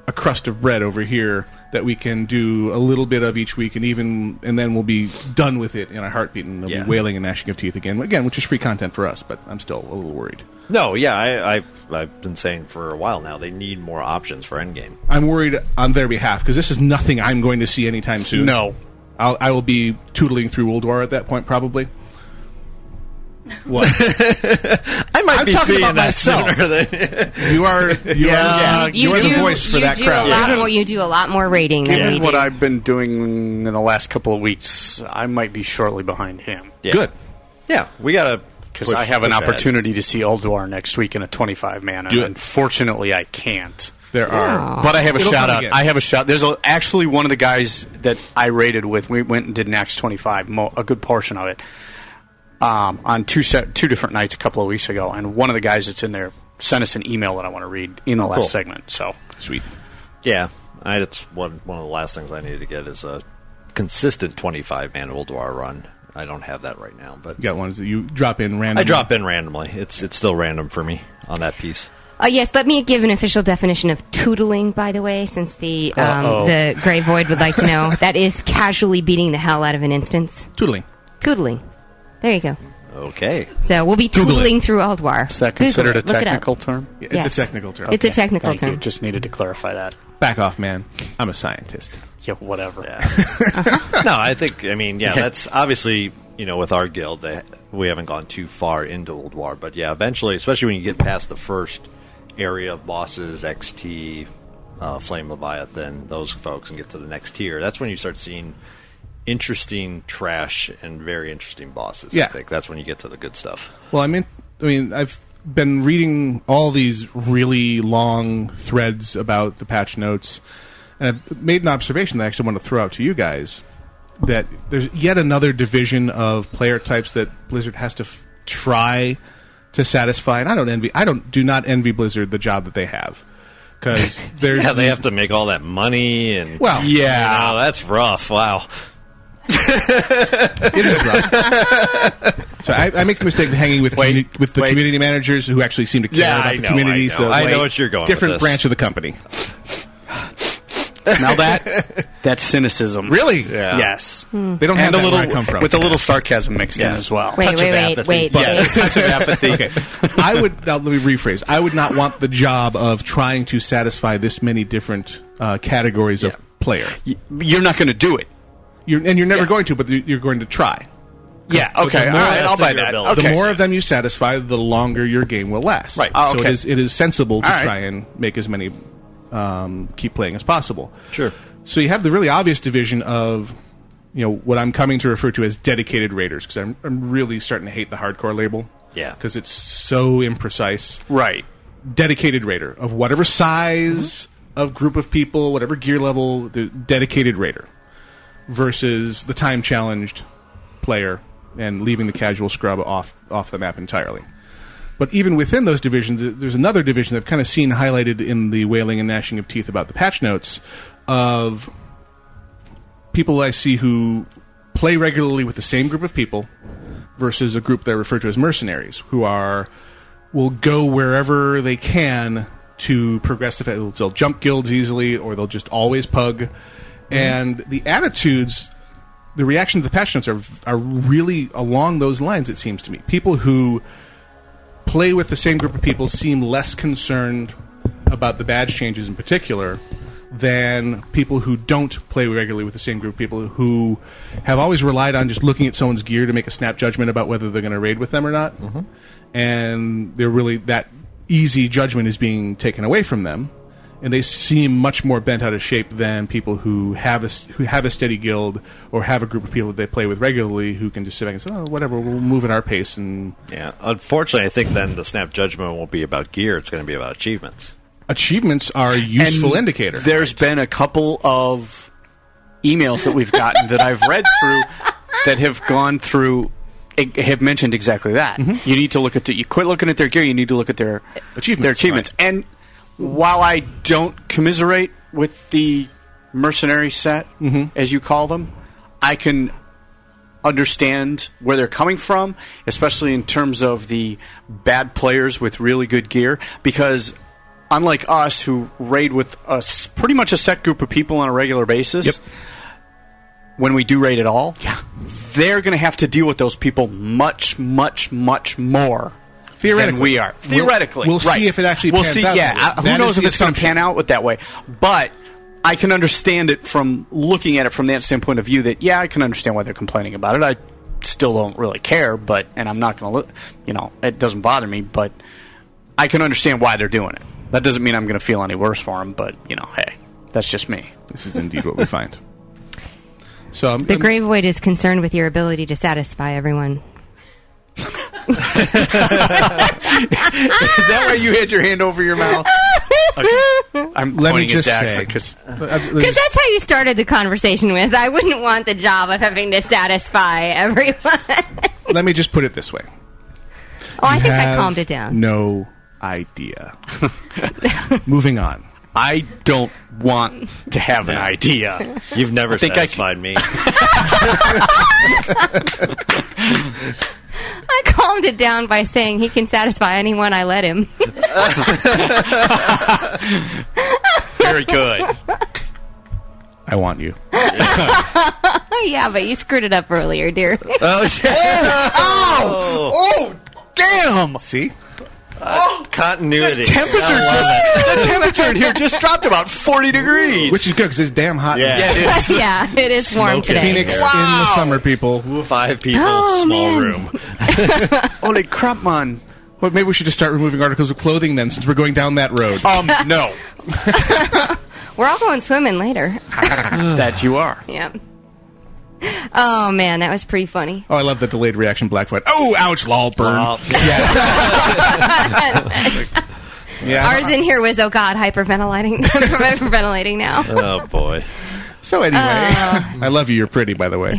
a crust of bread over here that we can do a little bit of each week, and even and then we'll be done with it in a heartbeat, and there'll
Yeah.
be wailing and gnashing of teeth again, again, which is free content for us. But I'm still a little worried.
No, yeah, I, I, I've been saying for a while now they need more options for Endgame.
I'm worried on their behalf because this is nothing I'm going to see anytime soon.
No.
I'll, I will be tootling through World War at that point, probably. What? I
might
am
be
talking
seeing
about
that
myself.
sooner than-
you are, you
Yeah. You
are, Uh, you are the
do-
voice for
you
that
do
crowd.
A lot more, you do a lot more rating than we
Given
do.
what I've been doing in the last couple of weeks, I might be shortly behind him.
Good. Yeah, we gotta
because I have an opportunity to see Alduar next week in a 25 man.
Do it.
Unfortunately, I can't.
There
are-
but I have a
It'll
shout
come
out.
again.
I have a shout. There's a, actually one of the guys that I rated with. We went and did Nax 25, mo- a good portion of it, um, on two set, two different nights a couple of weeks ago. And one of the guys that's in there sent us an email that I want to read in the last
Cool.
segment. So
sweet.
Yeah, I, it's one one of the last things I need to get is a consistent twenty five man old war run. I don't have that right now, but
You got ones that you drop in randomly.
I drop in randomly. It's it's still random for me on that piece.
Uh, yes, let me give an official definition of tootling, by the way, since the
Uh-oh.
um, the Grey Void would like to know. that is casually beating the hell out of an instance.
Tootling.
Tootling. There you go.
Okay.
So we'll be
Tootling.
tootling, through Aldwar.
Is that
Google
considered
it.
a
Look it up.
technical term?
Yeah, it's a Yes. technical term. It's a technical
Thank you.
term.
Just needed to clarify that.
Back off, man. I'm a scientist.
Yeah, whatever.
no, I think I mean yeah,
Yeah.
that's obviously you know with our guild they, we haven't gone too far into Old War, but yeah, eventually, especially when you get past the first area of bosses, XT, uh, Flame Leviathan, those folks, and get to the next tier, that's when you start seeing interesting trash and very interesting bosses. I
Yeah.
think that's when you get to the good stuff.
Well, I mean, I mean, I've been reading all these really long threads about the patch notes, and I've made an observation that I actually want to throw out to you guys that there's yet another division of player types that Blizzard has to f- try to satisfy. And I don't envy, I don't do not envy Blizzard the job that they have because there's
yeah, they have to make all that money and
Well-
yeah, that's rough. Wow.
So I, I make the mistake of hanging with communi- with the community managers who actually seem to care
Yeah,
about
I
the
know,
community.
I know.
so
I know
like,
what you're going with
Different
this.
branch of the company.
Now that that's cynicism.
Really?
Yeah.
Yes.
Hmm. They don't have
and a
that
little
where I come from.
with a little sarcasm mixed in as well.
Wait, Touch wait, of wait, apathy. wait,
Yes, touch of apathy.
okay. I would now let me rephrase. I would not want the job of trying to satisfy this many different uh, categories of player.
You're not going to do it.
You're, and you're never going to, but you- you're going to try.
Yeah.
But
Okay.
the
All
more-
right. I'll buy that. Okay.
The more of them you satisfy, the longer your game will last.
Right. Oh,
So
okay.
it is it is sensible to
All right.
try and make as many um, keep playing as possible.
Sure.
So you have the really obvious division of you know what I'm coming to refer to as dedicated raiders because I'm I'm really starting to hate the hardcore label.
Yeah.
Because it's so imprecise.
Right.
Dedicated raider of whatever size of group of people, whatever gear level, the dedicated raider versus the time challenged player and leaving the casual scrub off off the map entirely. But even within those divisions, th- there's another division that I've kind of seen highlighted in the wailing and gnashing of teeth about the patch notes of people I see who play regularly with the same group of people versus a group that I refer to as mercenaries, who are will go wherever they can to progress. The, fa- they'll jump guilds easily, or they'll just always pug. And the attitudes, the reaction to the patch notes are are really along those lines. It seems to me, people who play with the same group of people seem less concerned about the badge changes in particular than people who don't play regularly with the same group of people who have always relied on just looking at someone's gear to make a snap judgment about whether they're going to raid with them or not. And they're really that easy judgment is being taken away from them. And they seem much more bent out of shape than people who have a s- who have a steady guild or have a group of people that they play with regularly who can just sit back and say, "Oh, whatever, we'll move at our pace." And
Yeah. Unfortunately, I think then the snap judgment won't be about gear. It's going to be about achievements.
achievements are a useful
And
indicator.
There's been a couple of emails that we've gotten that I've read through that have gone through e, have mentioned exactly that. You need to look at the you quit looking at their gear, you need to look at their
achievements.
Their achievements. And while I don't commiserate with the mercenary set as you call them, I can understand where they're coming from, especially in terms of the bad players with really good gear because unlike us who raid with us pretty much a set group of people on a regular basis. When we do raid at all, yeah. they're going to have to deal with those people much, much, much more.
Theoretically.
than we are.
We'll-
Theoretically,
we'll see
right.
if it actually
We'll
pans
see.
out
yeah,
that way.
I- who
That is
knows
the
if it's going to pan out with that way? But I can understand it from looking at it from that standpoint of view. That yeah, I can understand why they're complaining about it. I still don't really care, but and I'm not going to look. You know, it doesn't bother me, but I can understand why they're doing it. That doesn't mean I'm going to feel any worse for them, but you know, hey, that's just me.
This is indeed what we find. So um, I'm,
The Grave Void is concerned with your ability to satisfy everyone.
Is that why you had your hand over your mouth? Okay. I'm
Let me
pointing
just
at Dax,
say-
like, 'cause-
uh,
Because that's how you started the conversation with. I wouldn't want the job of having to satisfy everyone.
let me just put it this way.
Oh, I
You
think I
have
calmed it down.
No idea. Moving on.
I don't want to have an idea.
You've never
I think I
satisfied me.
I calmed it down by saying he can satisfy anyone I let him.
Very good.
I want you.
yeah, but you screwed it up earlier, dear.
Oh,
Oh, damn!
See?
Uh, Continuity.
The temperature
I love
just the temperature in here just dropped about forty degrees.
Which is good because it's damn hot. in
Yeah.
here.
Yeah, it
yeah, it is warm today.
Phoenix in the summer, people.
Five people,
Oh,
small
man.
room.
Holy crap, man.
Well, maybe we should just start removing articles of clothing then, since we're going down that road.
Um, no.
We're all going swimming later.
that you are.
Yeah. Oh man, that was pretty funny.
Oh, I love that delayed reaction Blackfoot. Oh, ouch, lol, burn. Yeah.
Ours in here was oh god, hyperventilating, hyperventilating now.
Oh boy.
So anyway,
Uh.
I love you. You're pretty, by the way.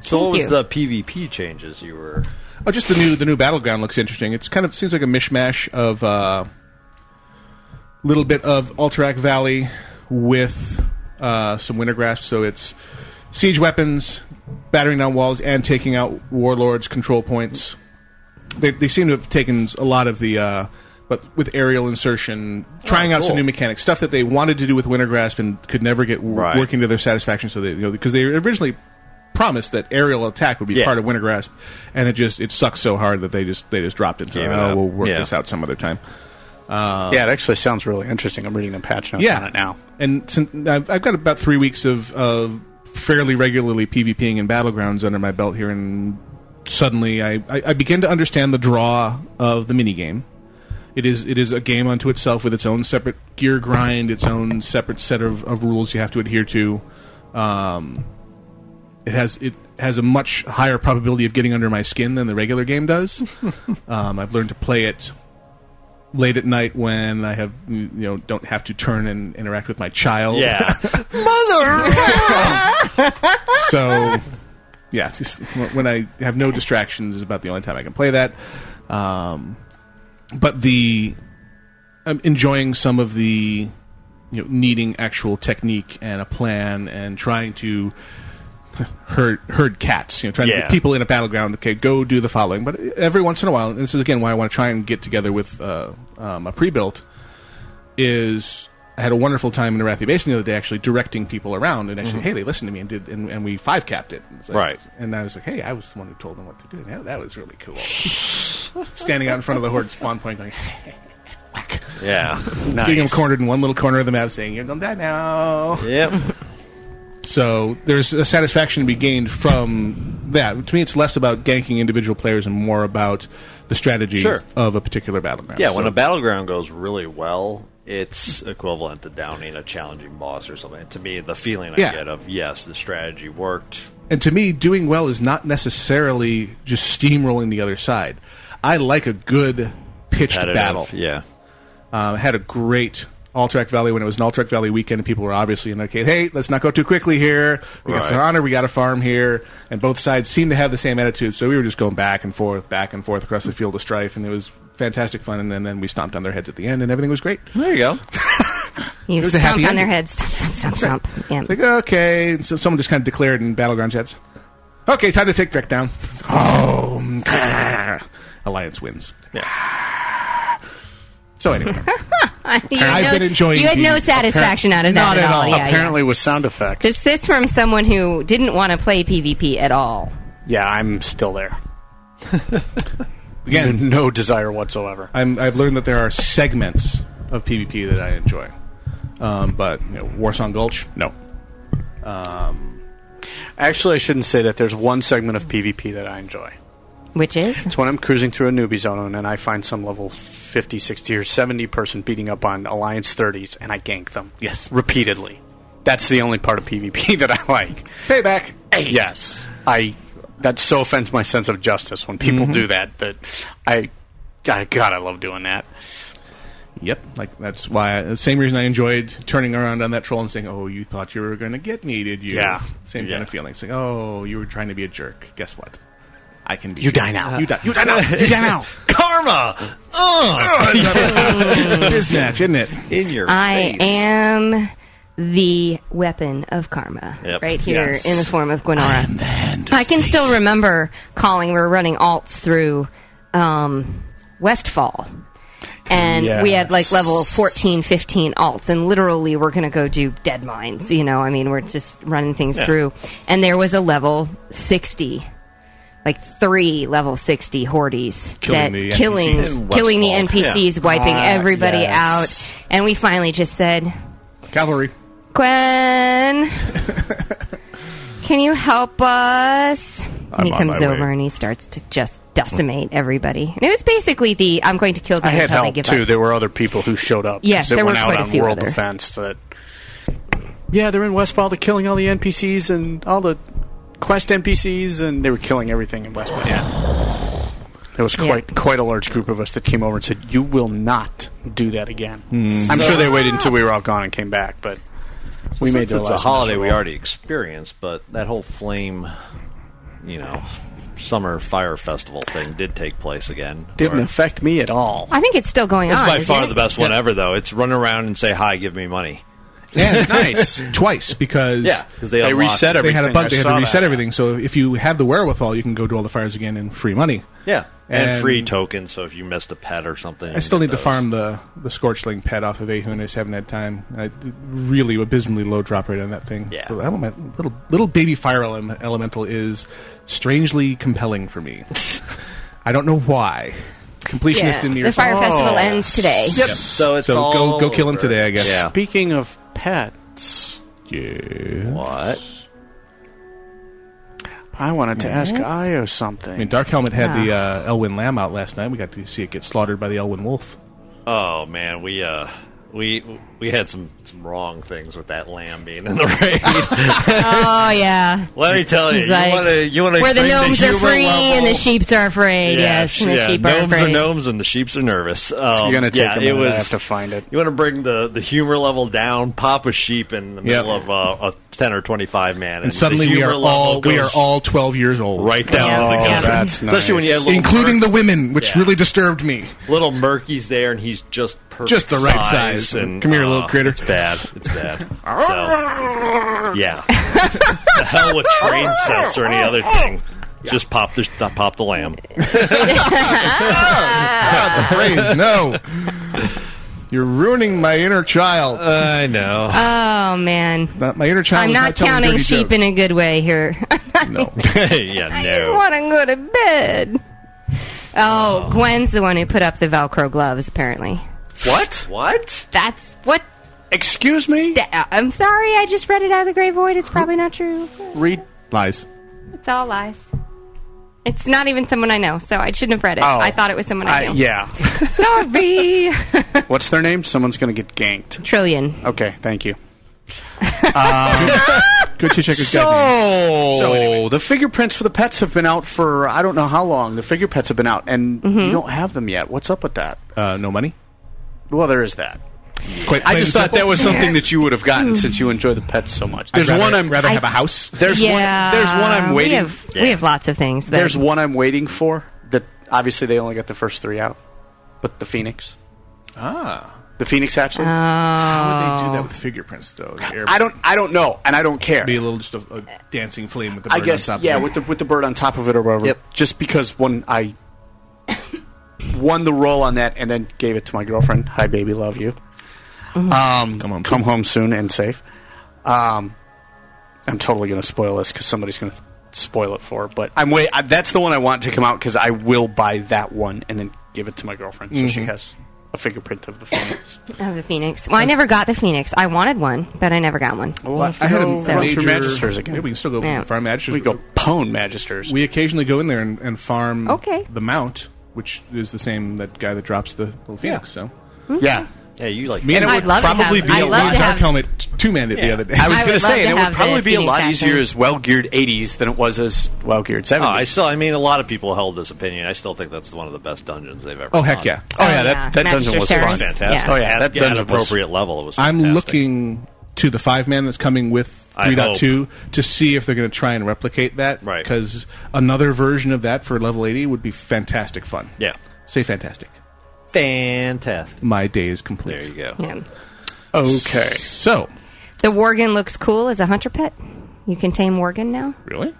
So what
Thank
was
you.
the PvP changes you were?
Oh, just the new the new battleground looks interesting. It's kind of seems like a mishmash of a uh, little bit of Alterac Valley with uh, some Wintergrass. So it's siege weapons, battering down walls, and taking out warlords' control points. They, they seem to have taken a lot of the, uh, but with aerial insertion, trying out some
Oh, cool.
new mechanics, stuff that they wanted to do with Wintergrasp and could never get w-
Right.
working to their satisfaction. So they, you know, because they originally promised that aerial attack would be
Yeah.
part of Wintergrasp, and it just it sucks so hard that they just they just dropped it. So,
Gave it
oh,
up.
we'll work
Yeah.
this out some other time.
yeah, it actually sounds really interesting. I'm reading the patch notes
yeah,
on it now.
And since I've, I've got about three weeks of, of fairly regularly PvPing in battlegrounds under my belt here, and suddenly I, I, I begin to understand the draw of the minigame. It is it is a game unto itself with its own separate gear grind, its own separate set of, of rules you have to adhere to. Um, it has it has a much higher probability of getting under my skin than the regular game does. um, I've learned to play it late at night when I have you know don't have to turn and interact with my child.
Yeah.
so yeah, just when I have no distractions is about the only time I can play that. Um, but the I'm enjoying some of the you know needing actual technique and a plan and trying to herd herd cats. You know, trying to
Yeah.
get people in a battleground. Okay, go do the following. But every once in a while, and this is again why I want to try and get together with uh, um, a pre-built. Is I had a wonderful time in Arathi Basin the other day, actually directing people around and actually, hey, they listened to me and did, and, and we five capped it. It's like-
Mm-hmm. Right.
And I was like, hey, I was the one who told them what to do. That, that was really cool. Standing out in front of the horde spawn point, going,
Yeah.
getting them cornered in one little corner of the map, saying, "You're gonna die now."
Yep.
So there's a satisfaction to be gained from that. To me, it's less about ganking individual players and more about the strategy
Sure.
of a particular battleground.
Yeah, when
So-
a battleground goes really well, it's equivalent to downing a challenging boss or something. To me, the feeling
Yeah.
I get of yes, the strategy worked.
and to me, doing well is not necessarily just steamrolling the other side. I like a good pitched
competitive,
battle.
Yeah.
Um, had a great Alterac Valley when it was an Alterac Valley weekend, and people were obviously in okay, hey, let's not go too quickly here. We got
Right.
some honor, we got a farm here, and both sides seemed to have the same attitude. So we were just going back and forth, back and forth across the field of strife, and it was fantastic fun. And then, then we stomped on their heads at the end, and everything was great.
There you go.
You
was a happy
stomped on their
ending.
heads. Stomp, stomp, stomp, stomp. Yeah.
It's like okay, and so someone just kind of declared in battleground chats, okay, time to take Drek down. It's like, oh, mm, alliance wins.
Yeah.
So anyway,
You
I've
had no-
been enjoying
You had no
the-
satisfaction out of that
Not
at all. Yeah, yeah.
Apparently with sound effects.
This this from someone who didn't want to play PvP at all.
Yeah, I'm still there.
Again,
no desire whatsoever.
I'm, I've learned that there are segments of PvP that I enjoy, um, but you know, Warsong Gulch, no.
Um, Actually, I shouldn't say that. There's one segment of PvP that I enjoy.
Which is?
It's when I'm cruising through a newbie zone and I find some level 50, 60, or 70 person beating up on Alliance 30s and I gank them. Yes. Repeatedly. That's the only part of PvP that I like.
Payback.
Yes. I. That so offends my sense of justice when people
Mhm.
do that that I. I God, I love doing that.
Yep, like that's why. the same reason I enjoyed turning around on that troll and saying, "Oh, you thought you were going to get me, did you?"
Yeah.
same
Yeah.
kind of feeling. Saying, "Oh, you were trying to be a jerk. Guess what? I can be.
You die now.
You die. You die now. You die now.
Karma.
This match, isn't it?
In your
I am the weapon of karma
Yep.
right here
Yes.
in the form of Gwenora. I can still remember calling. We were running alts through um, Westfall. And we had like level 14, 15 alts, and literally we're going to go do dead mines. You know, I mean, we're just running things
Yeah.
through. And there was a level 60, like three level 60 hordes
Killing
that
the
killing,
NPCs. In
killing the
Westfall.
NPCs,
Yeah.
wiping
Ah,
everybody
yes.
out. And we finally just said,
Cavalry.
Gwen, can you help us?
I'm
and he
on
comes
my
over
way.
and he starts to just decimate everybody. And it was basically the I'm going to kill them
I had
until they
help
give
too.
up.
There were other people who showed up.
Yes,
it
there
went
were
out
quite a
on
few
World
other-
Defense that. Yeah, they're in Westfall. They're killing all the NPCs and all the quest NPCs, and they were killing everything in Westfall. Yeah, there was quite quite a large group of us that came over and said, "You will not do that again." I'm sure they waited until we were all gone and came back, but we
Since
made their
it's a
lives
holiday we
miserable.
already experienced, but that whole flame, you know, summer fire festival thing did take place again.
didn't
Or-
affect me at all.
I think it's still going
It's
on.
by
isn't
far
it?
the best one ever, though. It's run around and say hi, give me money.
Yeah, nice twice because
Yeah, 'cause they They unlocked reset it.
They had a
everything. I
bug. They had
saw
to reset
that.
everything. So if you have the wherewithal, you can go to all the fires again and free money.
Yeah, and,
And-
free tokens. So if you missed a pet or something,
I still
you
need
get
to
those.
farm the the scorchling pet off of Ahun. I just haven't had time. I really abysmally low drop rate on that thing. Yeah, that one, my little little baby fire elem- elemental is strangely compelling for me. I don't know why. Completionist
Yeah,
in me. or
the Fire
something.
Festival ends today.
Yep.
So it's
so go
all
go kill him
over.
today. I guess.
Yeah.
Speaking of pets,
yeah.
What?
I wanted to ask
Yes.
Io something.
I mean, Dark Helmet had the uh, Elwyn lamb out last night. We got to see it get slaughtered by the Elwyn wolf.
Oh man, we uh, we we had some some wrong things with that lamb being in the raid.
oh yeah.
Let me tell you,
He's
you
like,
want to you want to
where the gnomes are
humor
free
level.
and the sheep's are afraid. yes, and the
yeah,
sheep are
gnomes
afraid.
gnomes and the sheeps are nervous. Um,
you're gonna take
yeah,
a
it
minute.
was,
I have to find it.
You want to bring the, the humor level down, pop a sheep in the middle of uh, a ten or twenty five man, and,
And suddenly
the
we
humor
are
level
all we are
goes
all twelve years old.
right down to the gutter. Especially when you had little
including the women, which
Yeah.
really disturbed me.
little Murky's there, and he's just perfect
Just the right size.
And
Come here,
uh,
little critter.
It's bad. It's bad. so, yeah. the hell with train sets or any other thing. Just pop the pop the lamb.
Afraid, no. You're ruining my inner child.
Uh,
I know.
Oh man.
Not, my inner child.
I'm
is
not,
telling
counting
dirty
sheep
jokes.
in a good way here.
yeah,
I
no.
want to go to bed. Oh, Gwen's the one who put up the Velcro gloves, apparently.
What?
What?
That's what.
Excuse me?
I'm sorry, I just read it out of the gray void. It's probably not true.
Read
lies.
It's all lies. It's not even someone I know, so I shouldn't have read it.
Oh.
I thought it was someone I,
I,
knew.
yeah.
Sorry.
What's their name? Someone's going to get ganked.
Trillion.
Okay, thank you. um,
Good to check his
so,
goddamn- So
the figure prints for the pets have been out for I don't know how long. The figure pets have been out, and
Mm-hmm.
Mhm.
you don't have them yet. What's up with that?
Uh, no money.
Well, there is that.
Quite
I
plain
just
and
thought that
simple.
was something that you would have gotten
Mm.
since you enjoy the pets so much.
I'd
There's
rather-
one I'm
rather have a house.
There's
Yeah,
one. There's one I'm
we
waiting.
have- we have lots of things that-
There's one I'm waiting for. That obviously they only got the first three out, but the phoenix.
Ah.
The phoenix actually.
Uh, Oh.
How would they do that with fingerprints, though?
I don't. I don't know, and I don't care.
Be a little just a, a dancing flame with the bird
I guess
on top
yeah,
of it.
with the with the bird on top of it or whatever. Just because when I won the role on that and then gave it to my girlfriend. Hi, baby, love you. Um, come home, come home soon and safe. Um, I'm totally going to spoil this because somebody's going to spoil it for. her, But I'm wait. I, that's the one I want to come out because I will buy that one and then give it to my girlfriend so she
Mhm.
has a fingerprint of the phone.
Of the Phoenix. Well, I never got the Phoenix. I wanted one, but I never got one.
Well, I had a
So-
major,
Magisters again.
Yeah, we can still go
Yeah.
farm magisters. We
go pwn magisters.
We occasionally go in there and, and farm
Okay.
the mount, which is the same that guy that drops the little phoenix. So
yeah,
yeah, you like.
Me and it
I'd
would
love to
probably
have-
be
I'd
a
love
lot
to
dark
have-
helmet two man it the other day.
I was
I
going
would
to
love
say,
to
and it
have
would
the
probably be a
Phoenix
lot
accent.
easier as well geared 80s than it was as well geared 70s.
Oh, I still. I mean, a lot of people held this opinion. I still think that's one of the best dungeons they've ever.
Oh, heck
done.
yeah.
Oh, yeah, that- that dungeon was fun.
fantastic.
Yeah. Oh, yeah,
At-
that
at an
dungeon was-
appropriate level. It was.
I'm
fantastic.
looking to the five man that's coming with
I
3.2 to see if they're going to try and replicate that. Right. Because another version of that for level 80 would be fantastic fun.
Yeah.
Say fantastic.
Fantastic.
My day is complete.
There you go.
Yeah.
Okay. So.
The Worgen looks cool as a hunter pet. You can tame Worgen now.
Really?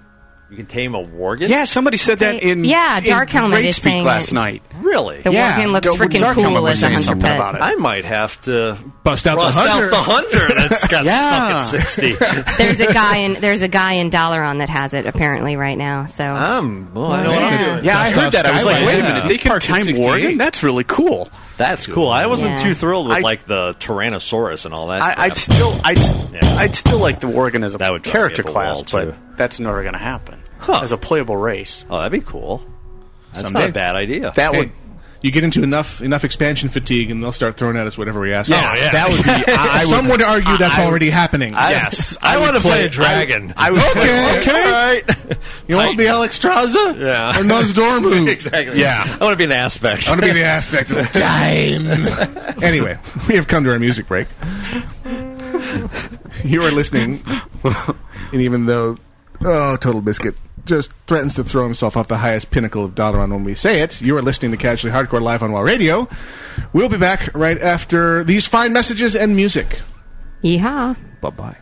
You can tame a worgen.
Yeah, somebody said that in
Yeah,
in
Dark Helmet
Great
is
Speak
saying
last
it.
night.
Really?
The Worgen looks
Dark-
freaking
Dark Helmet
cool
was
as a
saying
hunter
something
pet.
about it.
I might have to
bust out
bust
the
out
hunter.
the hunter that's got
Yeah.
stuck at sixty.
There's a guy in there's a guy in Dalaran that has it apparently right now. So
um, well,
Oh,
I know
yeah.
what I'm doing.
Yeah, I
Dust
heard
off
that. I was like,
Skywise.
wait a
Yeah.
minute, they can time Worgen? That's really cool.
That's cool. I wasn't
Yeah.
too thrilled with
I-
like the Tyrannosaurus and all that.
I, I'd still, I'd, I'd still like the Worgen as a character
up a
class,
wall, too.
but that's never going to happen. As a playable race.
Oh, that'd be cool. That's
Someday.
not a bad idea.
That
Hey,
would.
You get into enough enough expansion fatigue, and they'll start throwing at us whatever we ask.
Yeah,
for.
yeah. that would be- I- I would-
Some would argue that's
I-
already happening.
I- Yes. I I would wanna play play- a dragon. I- I would
okay,
play-
okay. You want to be Alex Straza?
Yeah.
Or Nosdormu?
exactly.
Yeah.
I want to be an aspect.
I want to be the aspect of time. anyway, we have come to our music break. You are listening, and even though, oh, Total Biscuit just threatens to throw himself off the highest pinnacle of Dalaran when we say it, you are listening to Casually Hardcore live on Wall Radio. We'll be back right after these fine messages and music.
Yeehaw.
Bye bye.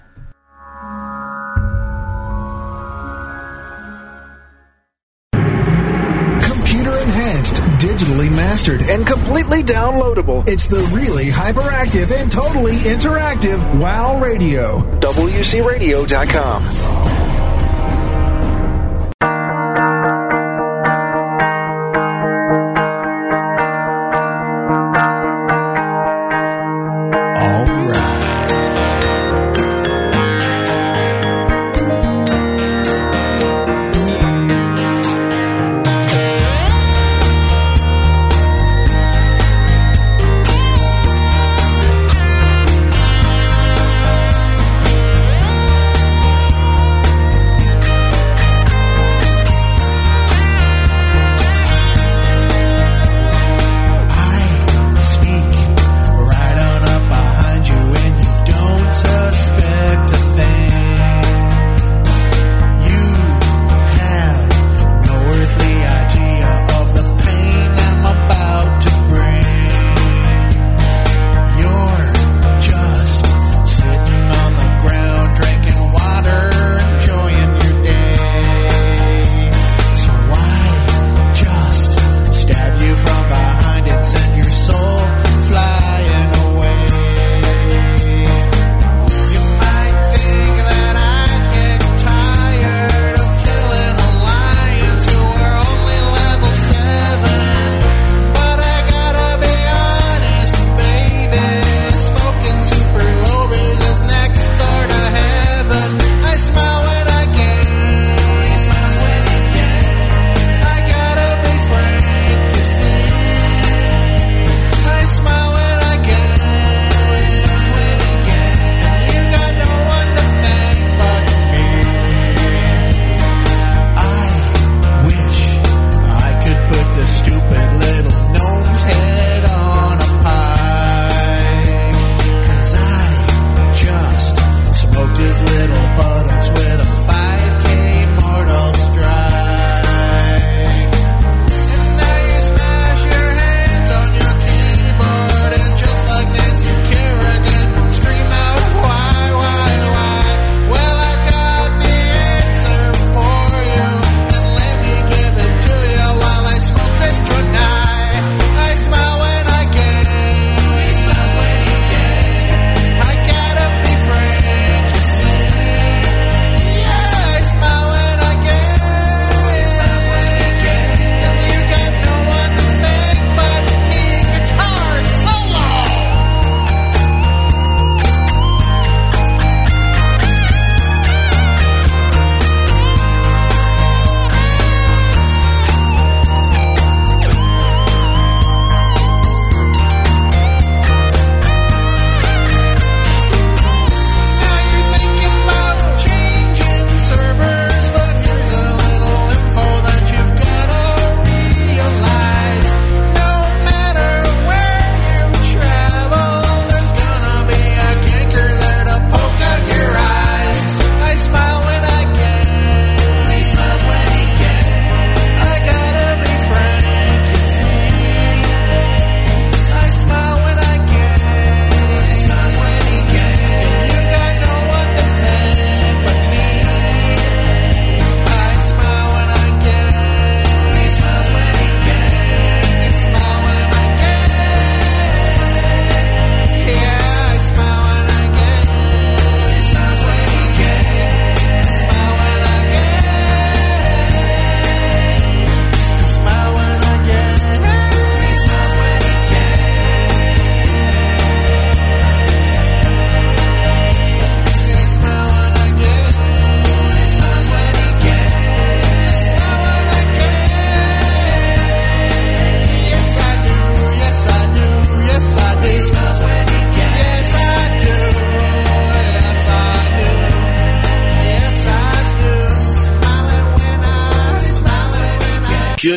Computer enhanced, digitally mastered, and completely downloadable. It's the really hyperactive and totally interactive WoW Radio. WCRadio.com. All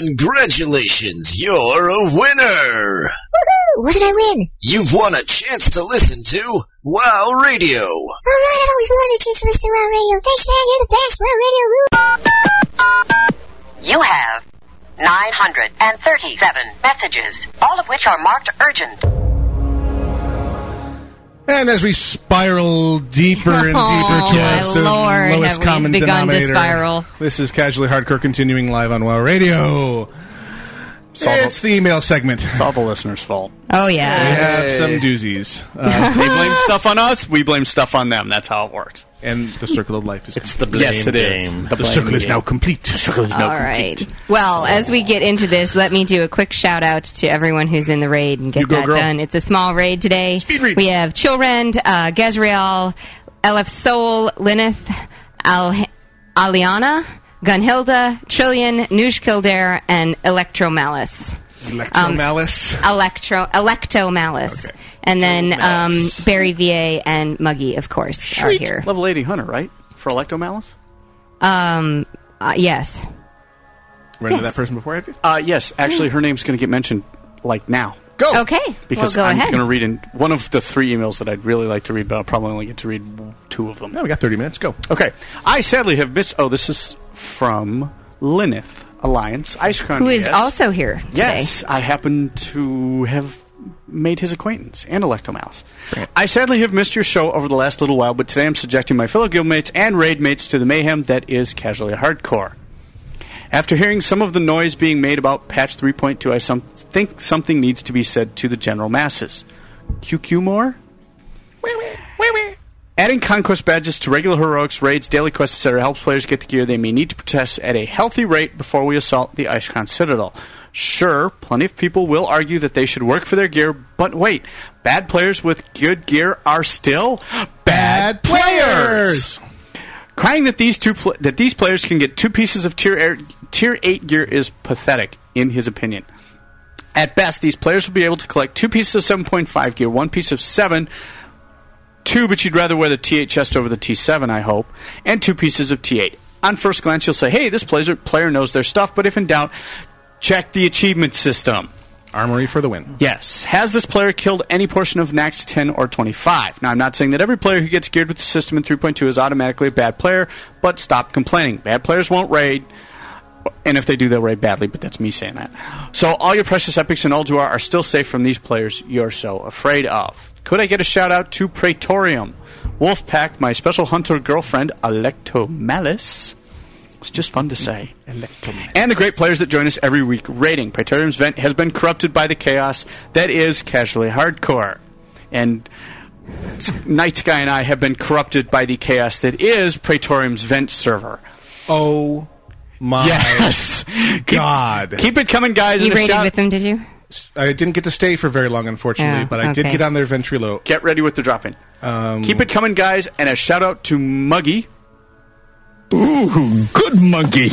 Congratulations, you're a winner!
What did I win?
You've won a chance to listen to Wow Radio!
All right, I've always wanted a chance to listen to Wow Radio. Thanks, man. You're the best. Wow Radio rules.
You have 937 messages, all of which are marked urgent.
And as we spiral deeper and deeper
Oh,
towards
my
the
Lord, have
lowest
we
common
begun to
denominator,
spiral.
this is Casually Hardcore continuing live on WoW Radio. it's the email segment. It's
all the listeners' fault.
Oh yeah.
We have some doozies. Uh,
they blame stuff on us. We blame stuff on them. That's how it works.
And the circle of life is. It's
the yes, it is.
The, circle is now complete. The circle is
All right. Well, as we get into this, let me do a quick shout out to everyone who's in the raid and
You
get
go,
that
girl.
done. It's a small raid today. Speed raid. We have Chilrend, uh, Gezriel, LF Soul, Lineth, Al- Aliana, Gunhilda, Trillion, Noosh Kildare, and Electro Malice.
Electro
Um,
Malice.
Electro Electo Malice. And then um, Barry VA and Muggy, of course, are here.
Level 80 Hunter, right? For Electo Malice?
Um, uh, yes.
Run
into Yes. that
person before, have you?
Uh, yes. Actually, her name's going to get mentioned like now.
Go.
Okay.
Oh. Because
well, go
I'm
ahead.
going to read in one of the three emails that I'd really like to read, but I'll probably only get to read two of them.
No, Oh, we got 30 minutes. Go.
Okay. I sadly have missed. Oh, this is from Lineth Alliance Ice Crown.
Who is
yes.
also here today.
Yes, I happen to have made his acquaintance and Electomouse. I sadly have missed your show over the last little while, but today I'm subjecting my fellow guildmates and raid mates to the mayhem that is casually hardcore. After hearing some of the noise being made about patch 3.2, I some- think something needs to be said to the general masses. QQ more? Adding conquest badges to regular heroics, raids, daily quests, etc., helps players get the gear they may need to protest at a healthy rate before we assault the Ice Crown Citadel. Sure, plenty of people will argue that they should work for their gear, but wait, bad players with good gear are still bad players. Crying that these two pl- that these players can get two pieces of tier air- tier eight gear is pathetic, in his opinion. At best, these players will be able to collect two pieces of seven point five gear, one piece of seven, Two, but you'd rather wear the T8 chest over the T7, I hope, and two pieces of T8. On first glance, you'll say, hey, this player, player knows their stuff, but if in doubt, check the achievement system.
Armory for the win.
Yes. Has this player killed any portion of Nax 10 or 25? Now, I'm not saying that every player who gets geared with the system in 3.2 is automatically a bad player, but stop complaining. Bad players won't raid. And if they do, they'll raid badly, but that's me saying that. So all your precious epics and Alduar are still safe from these players you're so afraid of. Could I get a shout out to Praetorium, Wolfpack, my special hunter girlfriend, Electo Malice? It's just fun to say. And the great players that join us every week rating. Praetorium's vent has been corrupted by the chaos that is casually hardcore. And Night Sky and I have been corrupted by the chaos that is Praetorium's vent server.
Oh my
yes.
God.
Keep, keep it coming, guys.
You
and a
raided
shout-
with them, did you?
I didn't get to stay for very long, unfortunately,
Yeah,
but I did
okay.
get on their ventrilo.
Get ready with the drop in.
Um,
Keep it coming, guys, and a shout out to Muggy.
Ooh, good monkey.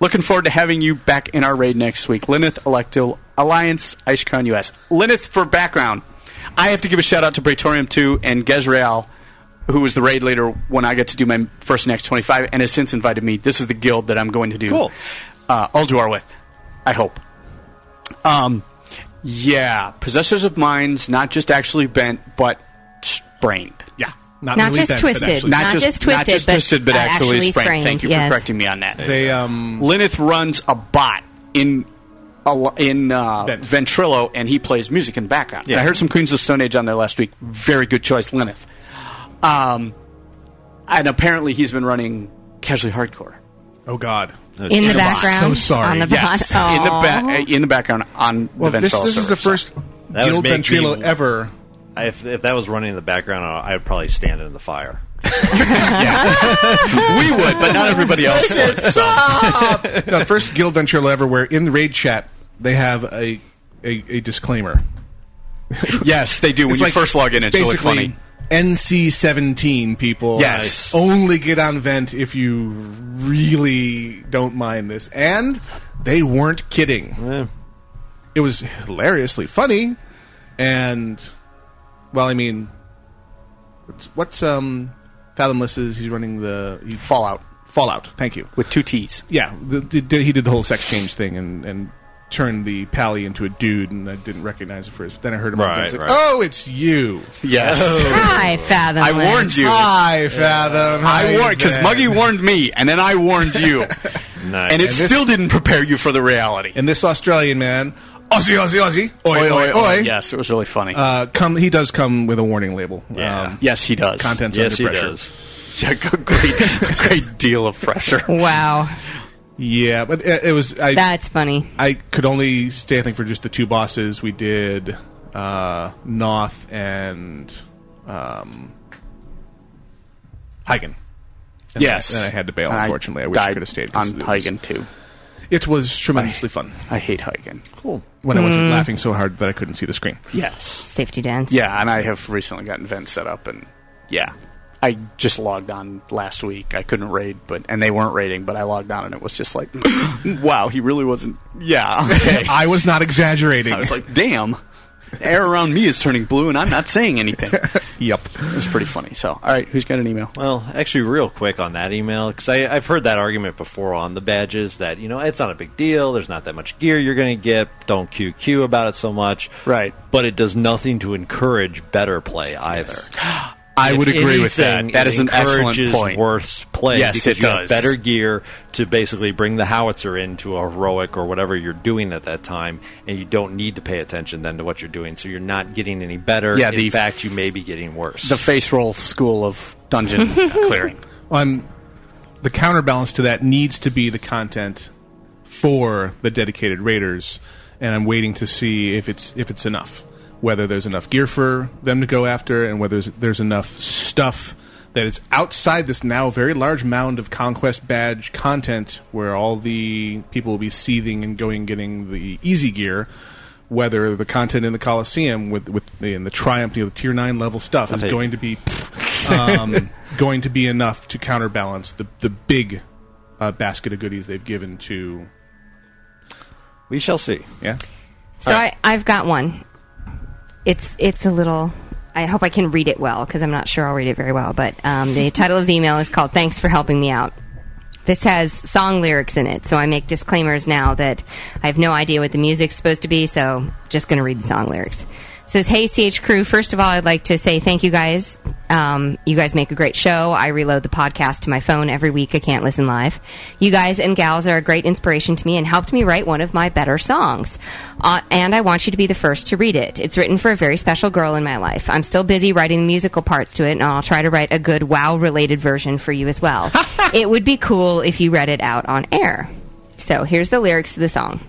Looking forward to having you back in our raid next week. Lineth Electil Alliance Ice Crown US. Lineth for background. I have to give a shout out to Praetorium 2 and Gezrael, who was the raid leader when I got to do my first next 25 and has since invited me. This is the guild that I'm going to do
Cool.
uh, Alduar with, I hope. Um, yeah, possessors of minds, not just actually bent, but s- sprained. Yeah.
Not Not really just bent, but twisted. actually- Not just
not
twisted,
just
but,
twisted, but
uh,
actually,
actually
sprained.
sprained,
Thank you
yes.
for correcting me on that.
They, um,
Lineth runs a bot in a lo- in uh, Ventrilo, and he plays music in the background.
Yeah.
I heard some Queens of the Stone Age on there last week. Very good choice, Lineth. Um, and apparently he's been running casually hardcore.
Oh God!
In the background?
So sorry.
On the
Yes.
bot?
in the
Aw.
back in the background on
Well,
the
this,
Ventrilo
this is
server.
the first
That would
guild
make
ventrilo
me-
ever.
I- If, if that was running in the background, I- I'd probably stand in the fire.
we would, but not everybody else would.
no, first guild ventrilo ever where in the raid chat they have a a, a disclaimer.
yes, they do. When
It's
you
like
first log in, it's really
basically
funny.
NC seventeen people.
Yes.
only get on vent if you really don't mind this. And they weren't kidding. It was hilariously funny, and well, I mean, what's, what's um Fathomless is he's running the he,
Fallout.
Fallout. Thank you.
With two T's.
Yeah, the, the- did- he did the whole sex change thing and, and turned the pally into a dude, and I didn't recognize it first. But then I heard him.
Right,
I was like,
right.
Oh, it's you.
Yes.
Hi, Fathom.
I warned you.
Hi, Fathom.
I
Hi,
warned because
Ben.
Muggy warned me, and then I warned you,
nice.
and it
And this-
still didn't prepare you for the reality.
And this Australian man, Aussie, Aussie, Aussie, oi,
Oi,
oi, oi.
Yes, it was really funny.
Uh, come, he does come with a warning label. Um, Yeah.
Um, yes, he does.
Contents
yes,
under pressure.
Yeah, good- great, great deal of pressure.
Wow.
Yeah, but it, it was. I,
That's funny.
I could only stay, I think, for just the two bosses we did, uh, Noth and um, Hagen. And
yes,
I, and I had to bail.
And I
Unfortunately, I, wish I
died
could have stayed 'cause
on
it was-
Hagen too.
It was tremendously fun
I hate Hagen. Cool.
when I wasn't
Mm.
laughing so hard that I couldn't see the screen.
Yes.
Safety dance.
Yeah, and I have recently gotten vent set up, and yeah, I just logged on last week. I couldn't raid, but and they weren't raiding, but I logged on, and it was just like, wow, he really wasn't. Yeah, okay.
I was not exaggerating.
I was like, damn. the Air around me is turning blue, and I'm not saying anything.
yep,
it's pretty funny. So, all right, who's got an email?
Well, actually, real quick on that email because I've heard that argument before on the badges that you know it's not a big deal. There's not that much gear you're going to get. Don't QQ about it so much.
Right.
But it does nothing to encourage better play either.
I
If
would agree with that.
anything,
That
it
is an excellent
encourages
point.
Worse play
Yes,
because
it
you
does.
have better gear to basically bring the howitzer into a heroic or whatever you're doing at that time, and you don't need to pay attention then to what you're doing. So you're not getting any better.
Yeah,
in
the-
fact, you may be getting worse.
The face roll school of dungeon clearing.
on the counterbalance to that needs to be the content for the dedicated raiders and i'm waiting to see if it's if it's enough whether there's enough gear for them to go after and whether there's, there's enough stuff that is outside this now very large mound of conquest badge content where all the people will be seething and going and getting the easy gear whether the content in the Coliseum with with the, in the triumph, you know, the tier nine level stuff is
Stop it.
going to be um, going to be enough to counterbalance the the big uh, basket of goodies they've given to.
We shall see.
Yeah.
So I, I've got one. It's it's a little. I hope I can read it well because I'm not sure I'll read it very well. But um, the title of the email is called "Thanks for helping me out." This has song lyrics in it, so I make disclaimers now that I have no idea what the music's supposed to be. So just going to read the song lyrics. It says, "Hey CH crew, first of all, I'd like to say thank you guys. Um, you guys make a great show. I reload the podcast to my phone every week. I can't listen live. You guys and gals are a great inspiration to me and helped me write one of my better songs. Uh, and I want you to be the first to read it. It's written for a very special girl in my life. I'm still busy writing the musical parts to it, and I'll try to write a good WoW related version for you as well. it would be cool if you read it out on air. So here's the lyrics to the song.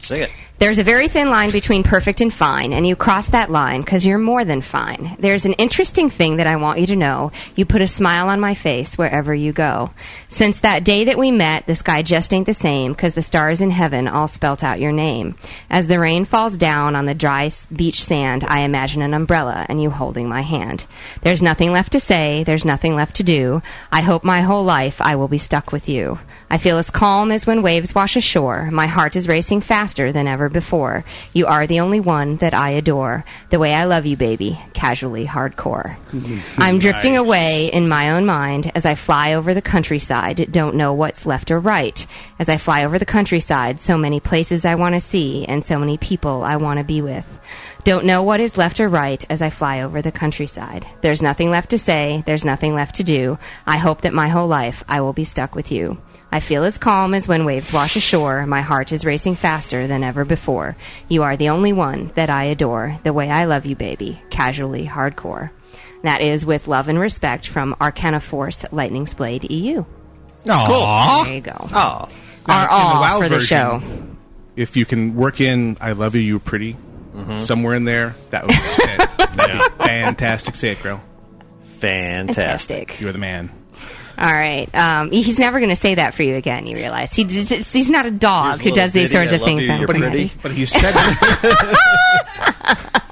Sing it.
There's a very thin line between perfect and fine, and you cross that line because you're more than fine. There's an interesting thing that I want you to know. You put a smile on my face wherever you go. Since that day that we met, the sky just ain't the same because the stars in heaven all spelt out your name. As the rain falls down on the dry s- beach sand, I imagine an umbrella and you holding my hand. There's nothing left to say, there's nothing left to do. I hope my whole life I will be stuck with you. I feel as calm as when waves wash ashore. My heart is racing faster than ever before. You are the only one that I adore. The way I love you, baby. Casually hardcore. I'm drifting
Nice.
away in my own mind as I fly over the countryside. Don't know what's left or right. As I fly over the countryside, so many places I want to see and so many people I want to be with. Don't know what is left or right as I fly over the countryside. There's nothing left to say. There's nothing left to do. I hope that my whole life I will be stuck with you. I feel as calm as when waves wash ashore. My heart is racing faster than ever before. You are the only one that I adore. The way I love you, baby. Casually hardcore. That is with love and respect from Arcana Force Lightning Splade EU.
Aw.
So There you go.
Oh.
Now, in
Our
the
all
WoW
for the
version,
show.
If you can work in "I love you, you pretty" somewhere in there, that would be, that'd be fantastic. Say it, girl.
Fantastic.
You're the man.
All right. Um, he's never going to say that for you again, you realize. He, d- d- he's not a dog who does these sorts of things. on
but,
Friday.
he, but he said it.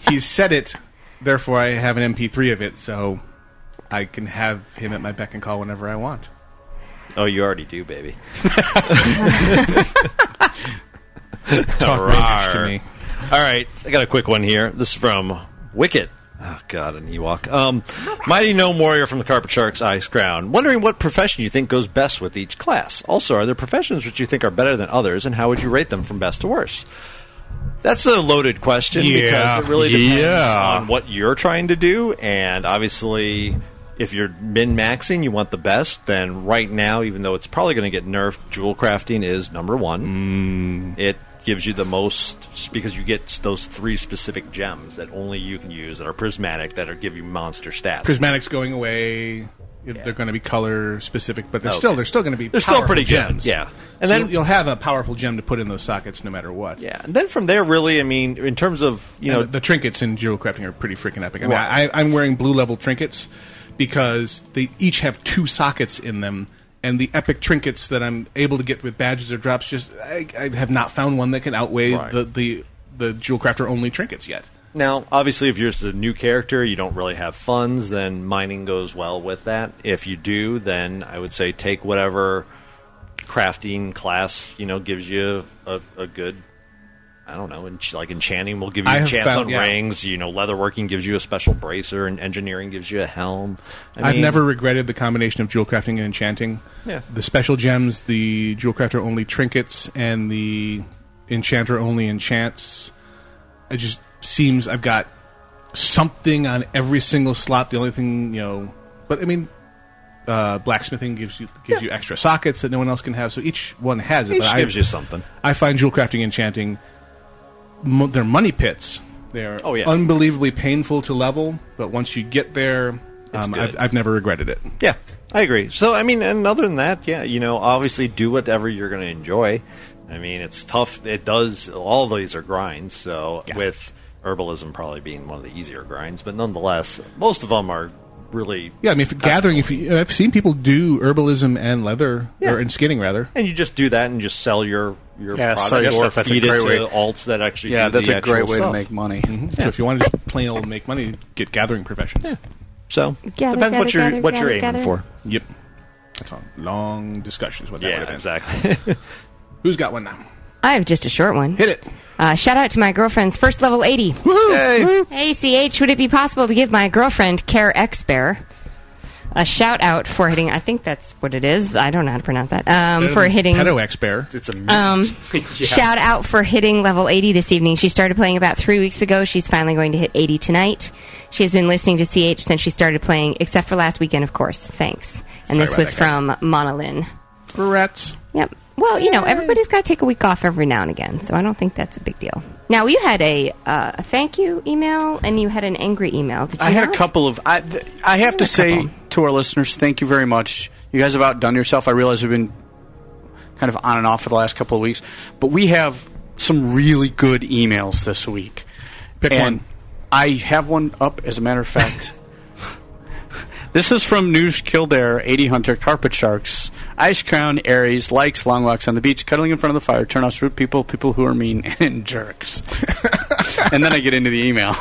he said it. Therefore, I have an MP3 of it, so I can have him at my beck and call whenever I want.
Oh, you already do, baby.
Talk Raiders to me.
All right, I got a quick one here. This is from Wicket. Oh God, an Ewok. Um, Mighty Gnome Warrior from the Carpet Sharks Ice Ground. Wondering what profession you think goes best with each class. Also, are there professions which you think are better than others, and how would you rate them from best to worst? That's a loaded question
Yeah.
because it really depends
Yeah.
on what you're trying to do, and obviously, if you're min maxing, you want the best. Then right now, even though it's probably going to get nerfed, jewel crafting is number one.
Mm.
It gives you the most because you get those three specific gems that only you can use that are prismatic that are give you monster stats.
Prismatic's going away. They're going to be color specific, but they're
Oh, Okay.
still they're still going to be
They're still
powerful
pretty good,
gems.
yeah.
and
And
then
then-
you'll, you'll have a powerful gem to put in those sockets no matter what.
Yeah, and then from there, really, I mean, in terms of you know,
the, the trinkets in jewel crafting are pretty freaking epic. I mean,
Right.
I, I'm wearing blue level trinkets because they each have two sockets in them, and the epic trinkets that I'm able to get with badges or drops just I, I have not found one that can outweigh
Right.
the, the the jewel crafter only trinkets yet.
Now, obviously, if you're just a new character, you don't really have funds, then mining goes well with that. If you do, then I would say take whatever crafting class you know gives you a, a good. I don't know, ench- like enchanting will give you
I
a
have
chance
found-
on
yeah.
rings. You know, leatherworking gives you a special bracer, and engineering gives you a helm.
I have never regretted the combination of jewel crafting and enchanting.
Yeah.
The special gems, the jewel crafter only trinkets, and the enchanter only enchants. It just seems I've got something on every single slot. The only thing you know, but I mean, uh, blacksmithing gives you gives you extra sockets that no one else can have. So each one has it.
Each
but I-
gives you something.
I find jewel crafting enchanting. Mo- they're money pits. They're
Oh, yeah.
unbelievably painful to level, but once you get there,
It's
um,
good.
I've, I've never regretted it.
Yeah, I agree. So, I mean, and other than that, yeah, you know, obviously do whatever you're going to enjoy. I mean, it's tough. It does, all these are grinds. So, with herbalism probably being one of the easier grinds, but nonetheless, most of them are really.
Yeah, I mean, if gathering. If you, I've seen people do herbalism and leather or and skinning rather.
And you just do that and just sell your your
Yeah, sell your
product or
stuff. That's a
feed it
great
to
way-
alts that actually.
Yeah,
do
that's
the
a great
actual
way to
stuff.
make money.
So if you want to just plain old make money, get gathering professions.
So
Gather, depends gather, what you're- gather, what you're gather, aiming gather. for.
Yep, that's all. Long discussions. What that
Yeah,
would have been.
exactly.
Who's got one now?
I have just a short one. Hit
it.
Uh, shout out to my girlfriend's first level 80. Hey. CH, would it be possible to give my girlfriend, Care X Bear, a shout out for hitting? I think that's what it is. I don't know how to pronounce that. Um,
Better
for
than
hitting.
pedo X bear.
It's a
Um, Shout out for hitting level 80 this evening. She started playing about three weeks ago. She's finally going to hit 80 tonight. She has been listening to CH since she started playing, except for last weekend, of course. Thanks. And
Sorry
this
about
was
that, guys.
from Monolin.
Congrats.
Yep. Well, you know, everybody's got to take a week off every now and again, so I don't think that's a big deal. Now, you had a, uh, a thank you email and you had an angry email. Did you
I had a
not?
couple of. I, th- I have to say to our listeners, thank you very much. You guys have outdone yourself. I realize we've been kind of on and off for the last couple of weeks, but we have some really good emails this week.
Pick
And I have one up, as a matter of fact. This is from News Kildare, 80 Hunter, Carpet Sharks, Ice Crown, Aries, likes long walks on the beach, cuddling in front of the fire, turnoffs, rude people, people who are mean, and jerks. and then I get into the email.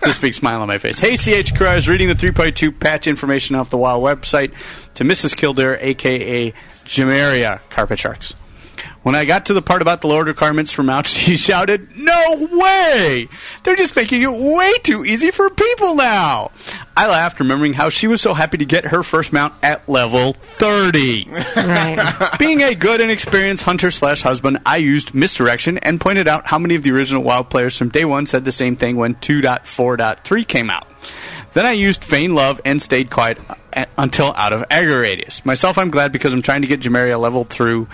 this big smile on my face. Hey, CH Crew, I was reading the 3.2 patch information off the WoW website to Mrs. Kildare, a.k.a. Jamaria, Carpet Sharks. When I got to the part about the load requirements for mounts, she shouted, No way! They're just making it way too easy for people now! I laughed, remembering how she was so happy to get her first mount at level 30. Being a good and experienced hunter slash husband, I used misdirection and pointed out how many of the original WoW players from day one said the same thing when 2.4.3 came out. Then I used Feign Love and stayed quiet uh, until out of aggro radius. Myself, I'm glad because I'm trying to get Jamaria leveled through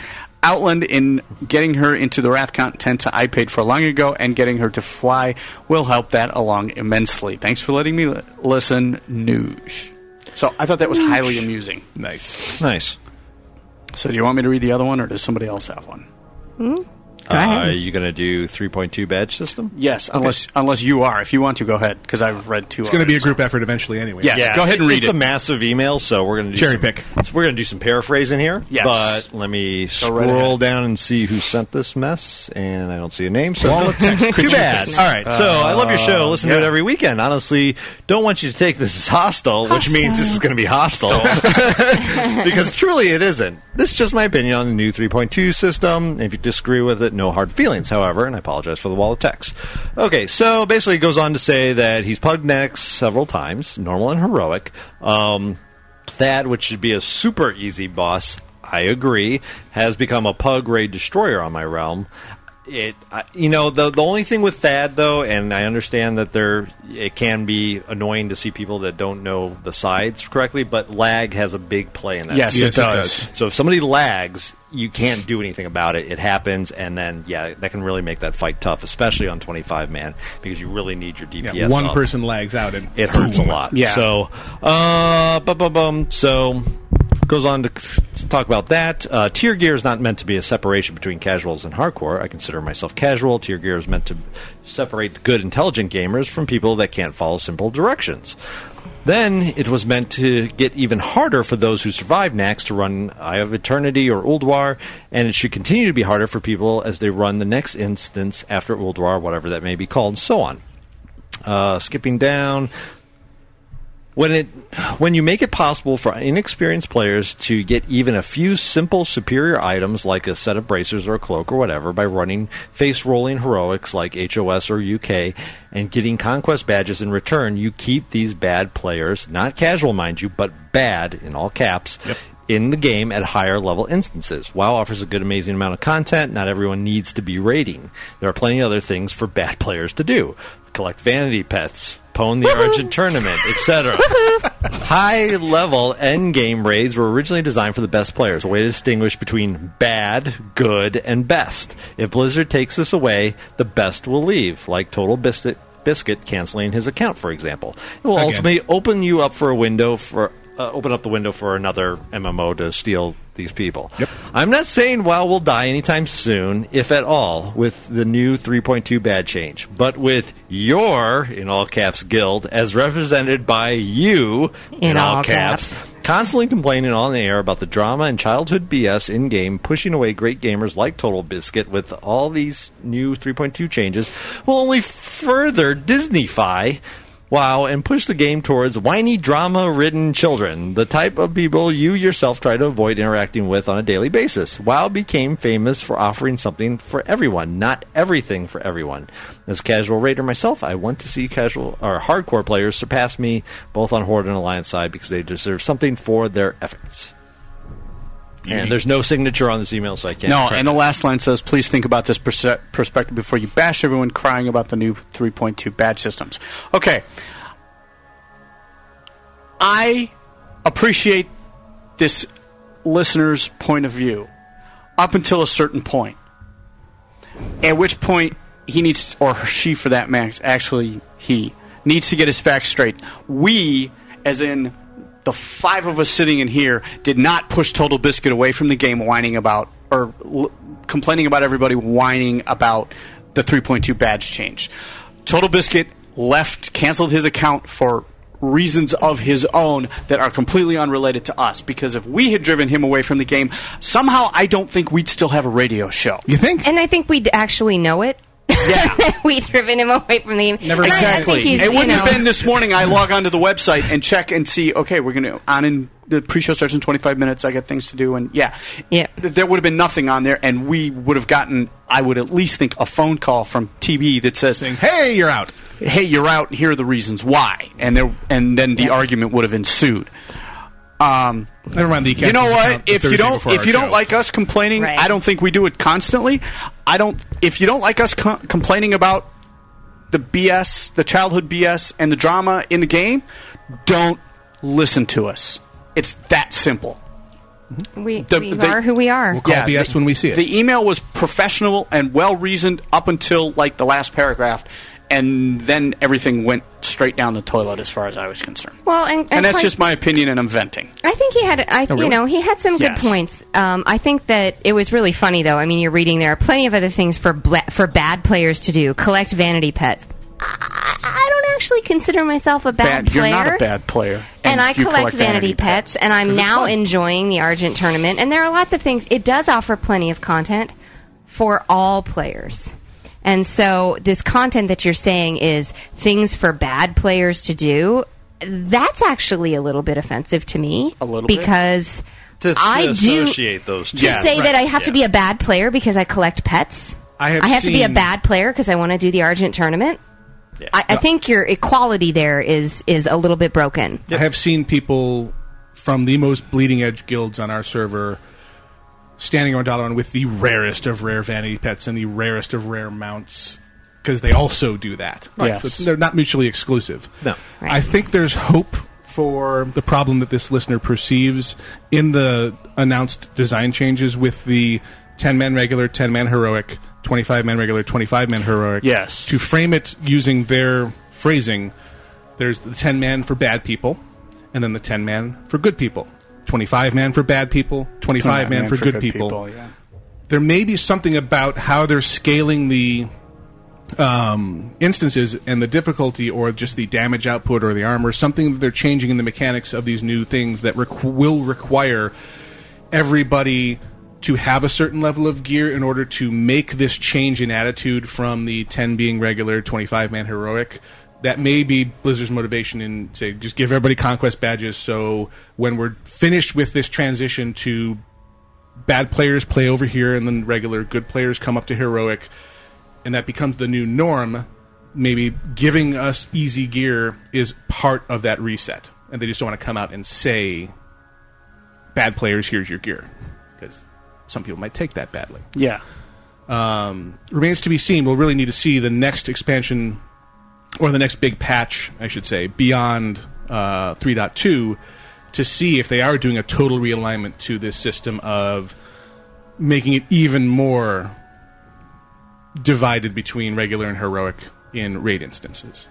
Outland in getting her into the Wrath content I paid for long ago and getting her to fly will help that along immensely. Thanks for letting me li- listen, Noosh. So I thought that was highly amusing.
Nice.
Nice.
So do you want me to read the other one or does somebody else have one?
Hmm?
Uh, are you going to do 3.2 badge system?
Yes, unless unless you are. If you want to, go ahead because I've read two.
It's gonna be a
Group effort eventually, anyway.
Yes,
go ahead and read
it's
it.
a massive email, so we're going to do
Cherry
some-
pick.
so we're going to do some paraphrasing here.
Yes.
but let me
Go right
scroll
ahead.
down and see who sent this mess, and I don't see a name. So
Wall of text,
too
creature
bad.
business.
All right, so I love your show. Listen
Uh,
to it
yeah.
every weekend. Honestly, don't want you to take this as hostile, which means this is going to be hostile because truly it isn't. This is just my opinion on the new 3.2 system. If you disagree with it, no hard feelings, however, and I apologize for the wall of text. Okay, so basically it goes on to say that he's pugged necks several times, normal and heroic. Um, Thad, which should be a super easy boss, I agree, has become a pug raid destroyer on my realm. It, I, you know, the the only thing with Thad though, and I understand that there it can be annoying to see people that don't know the sides correctly, but lag has a big play in that.
Yes, Yes, it it does. does.
So if somebody lags, you can't do anything about it. It happens, and then yeah, that can really make that fight tough, especially on twenty five man, because you really need your DPS.
Yeah, one
up.
person lags out and
It hurts a lot.
Yeah.
So, uh, bum, bum, bum. so goes on to c- talk about that. Uh, tier gear is not meant to be a separation between casuals and hardcore. I consider myself casual. Tier gear is meant to separate good, intelligent gamers from people that can't follow simple directions. Then it was meant to get even harder for those who survive Nax to run Eye of Eternity or Ulduar, and it should continue to be harder for people as they run the next instance after Ulduar, whatever that may be called, and so on. Uh, skipping down, when it when you make it possible for inexperienced players to get even a few simple superior items like a set of bracers or a cloak or whatever by running face rolling heroics like HOS or UK and getting conquest badges in return, you keep these bad players, not casual mind you, but bad in all caps, in the game at higher level instances. WoW offers a good, amazing amount of content. Not everyone needs to be raiding. There are plenty of other things for bad players to do: collect vanity pets, pwn the Origin tournament, etc. High level end game raids were originally designed for the best players, a way to distinguish between bad, good, and best. If Blizzard takes this away, the best will leave, like Total Biscuit. Biscuit canceling his account, for example. It will
Again.
ultimately open you up for a window for uh, open up the window for another MMO to steal these people. I'm not saying WoW will die anytime soon, if at all, with the new 3.2 bad change, but with your in all caps guild as represented by you
In all caps.
Constantly complaining on the air about the drama and childhood BS in game, pushing away great gamers like Total Biscuit with all these new 3.2 changes, will only further Disneyfy WoW and push the game towards whiny, drama ridden children, the type of people you yourself try to avoid interacting with on a daily basis. WoW became famous for offering something for everyone, not everything for everyone. As a casual raider myself, I want to see casual or hardcore players surpass me both on Horde and Alliance side because they deserve something for their efforts. And there's no signature on this email, so I can't.
no,
correct
and the last line says, "Please think about this perse- perspective before you bash everyone crying about the new 3.2 badge systems." Okay, I appreciate this listener's point of view up until a certain point, at which point he needs, or she for that matter, actually he needs to get his facts straight. We, as in the five of us sitting in here, did not push Total Biscuit away from the game, whining about or l- complaining about everybody whining about the 3.2 badge change. Total Biscuit left, canceled his account for reasons of his own that are completely unrelated to us because if we had driven him away from the game somehow i don't think we'd still have a radio show
You think?
And I think we'd actually know it. Yeah. We'd driven him away from the game. And I- I,
exactly.
think he's,
it
you
wouldn't
know-
have been this morning. I log onto the website and check and see. Okay, we're going to on in the pre-show starts in 25 minutes. I got things to do, and yeah,
yeah.
there would have been nothing on there, and we would have gotten. I would at least think a phone call from TB that says,
"Hey, you're out.
Hey, you're out. and Here are the reasons why." And there, and then the argument would have ensued. Um,
Never mind. The E
you know
canceled
what?
account the
If you
Thursday
don't,
before
if
our
you
show.
don't like us complaining, I don't think we do it constantly. I don't. If you don't like us co- complaining about the BS, the childhood BS, and the drama in the game, don't listen to us. It's that simple.
We,
The-
we
the-
are who we are.
the, when we see it. The email was professional and well reasoned up until like the last paragraph, and then everything went straight down the toilet as far as I was concerned.
Well, and,
And that's
quite-
just my opinion, and I'm venting.
I think he had, I,
Oh, really?
you know, he had some
Yes.
good points. Um, I think that it was really funny, though. I mean, you're reading there are plenty of other things for bla- for bad players to do. Collect vanity pets. I, I don't actually consider myself a bad, player.
You're not a bad player.
and, I
you
collect, vanity, pets, and I'm
'Cause it's
now
fun.
enjoying the Argent tournament. And there are lots of things. It does offer plenty of content for all players. And so this content that you're saying is things for bad players to do, that's actually a little bit offensive to me.
A little bit?
because
to, to
I do
associate those two.
to say that I have to be a bad player because I collect pets.
I have
to be a
seen-
bad player because I want to do the Argent tournament. I, I think your equality there is is a little bit broken.
I have seen people from the most bleeding edge guilds on our server standing on Dalaran with the rarest of rare vanity pets and the rarest of rare mounts because they also do that.
Right.
So it's- they're not mutually exclusive.
No.
I think there's hope for the problem that this listener perceives in the announced design changes with the 10 man regular, 10 man heroic, 25 man regular, 25 man heroic. Yes. To frame it using their phrasing, there's the 10 man for bad people, and then the 10 man for good people. 25 man for bad people, 25 Oh, man, for, good, people.
yeah.
There may be something about how they're scaling the um, instances and the difficulty or just the damage output or the armor, something that they're changing in the mechanics of these new things that requ- will require everybody to have a certain level of gear in order to make this change in attitude from the 10 being regular, 25 man heroic. That may be Blizzard's motivation in, say, just give everybody conquest badges so when we're finished with this transition to bad players play over here and then regular good players come up to heroic and that becomes the new norm maybe giving us easy gear is part of that reset and they just don't want to come out and say bad players here's your gear because some people might take that badly
yeah
um, remains to be seen we'll really need to see the next expansion or the next big patch i should say beyond uh, 3.2 to see if they are doing a total realignment to this system of making it even more divided between regular and heroic in raid instances.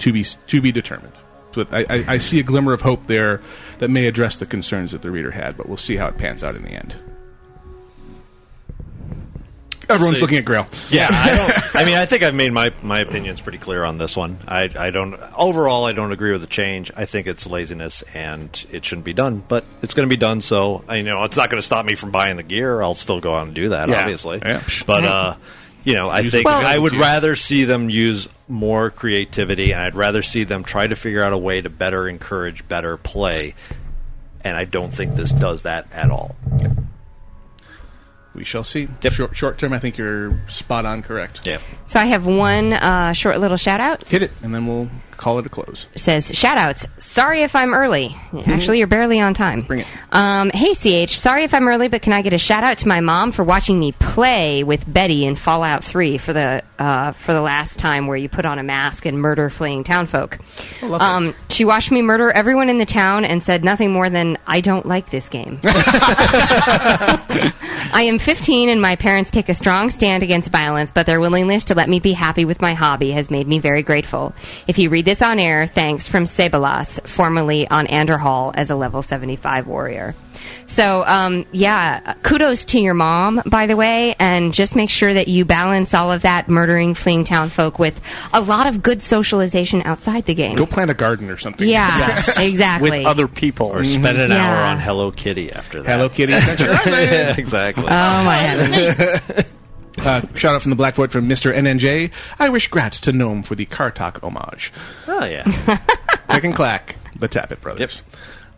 To be to be determined. But I, I, I see a glimmer of hope there that may address the concerns that the reader had, but we'll see how it pans out in the end. Everyone's
See.
looking at Grail.
Yeah, I, don't, I mean, I think I've made my, my opinions pretty clear on this one. I, I don't overall, I don't agree with the change. I think it's laziness and it shouldn't be done, but it's going to be done. So I you know it's not going to stop me from buying the gear. I'll still go out and do that,
Yeah.
obviously. But uh, you know, I
Use
think
the guns,
I would
yeah.
rather see them use more creativity, and I'd rather see them try to figure out a way to better encourage better play. And I don't think this does that at all.
We shall see. Short, short term, I think you're spot on correct.
Yeah.
So I have one uh, short little shout out.
Hit it, and then we'll call it a close.
It says shout outs. Sorry if I'm early. Actually, you're barely on time. Mm-hmm. Bring it. Um, hey, CH. Sorry if I'm early, but can I get a shout out to my mom for watching me play with Betty in Fallout 3 for the uh, for the last time where you put on a mask and murder fleeing townfolk? um, she watched me murder everyone in the town and said nothing more than I don't like this game. I am 15 and my parents take a strong stand against violence, but their willingness to let me be happy with my hobby has made me very grateful. If you read this on air, thanks from Sabalas, formerly on Ander Hall as a level 75 warrior. So, um, yeah, kudos to your mom, by the way, and just make sure that you balance all of that murdering, fleeing town folk with a lot of good socialization outside the game.
Go plant a garden or something.
Yeah, exactly.
With other people, or spend an
Mhm.
hour
Yeah.
on Hello Kitty after that.
Hello Kitty Adventure
yeah, exactly.
Oh, my heavens.
Uh, shout out from the Black Void from Mr. NNJ. I wish grats to Gnome for the Kartok homage.
Oh yeah.
Click and clack, the Tappet brothers.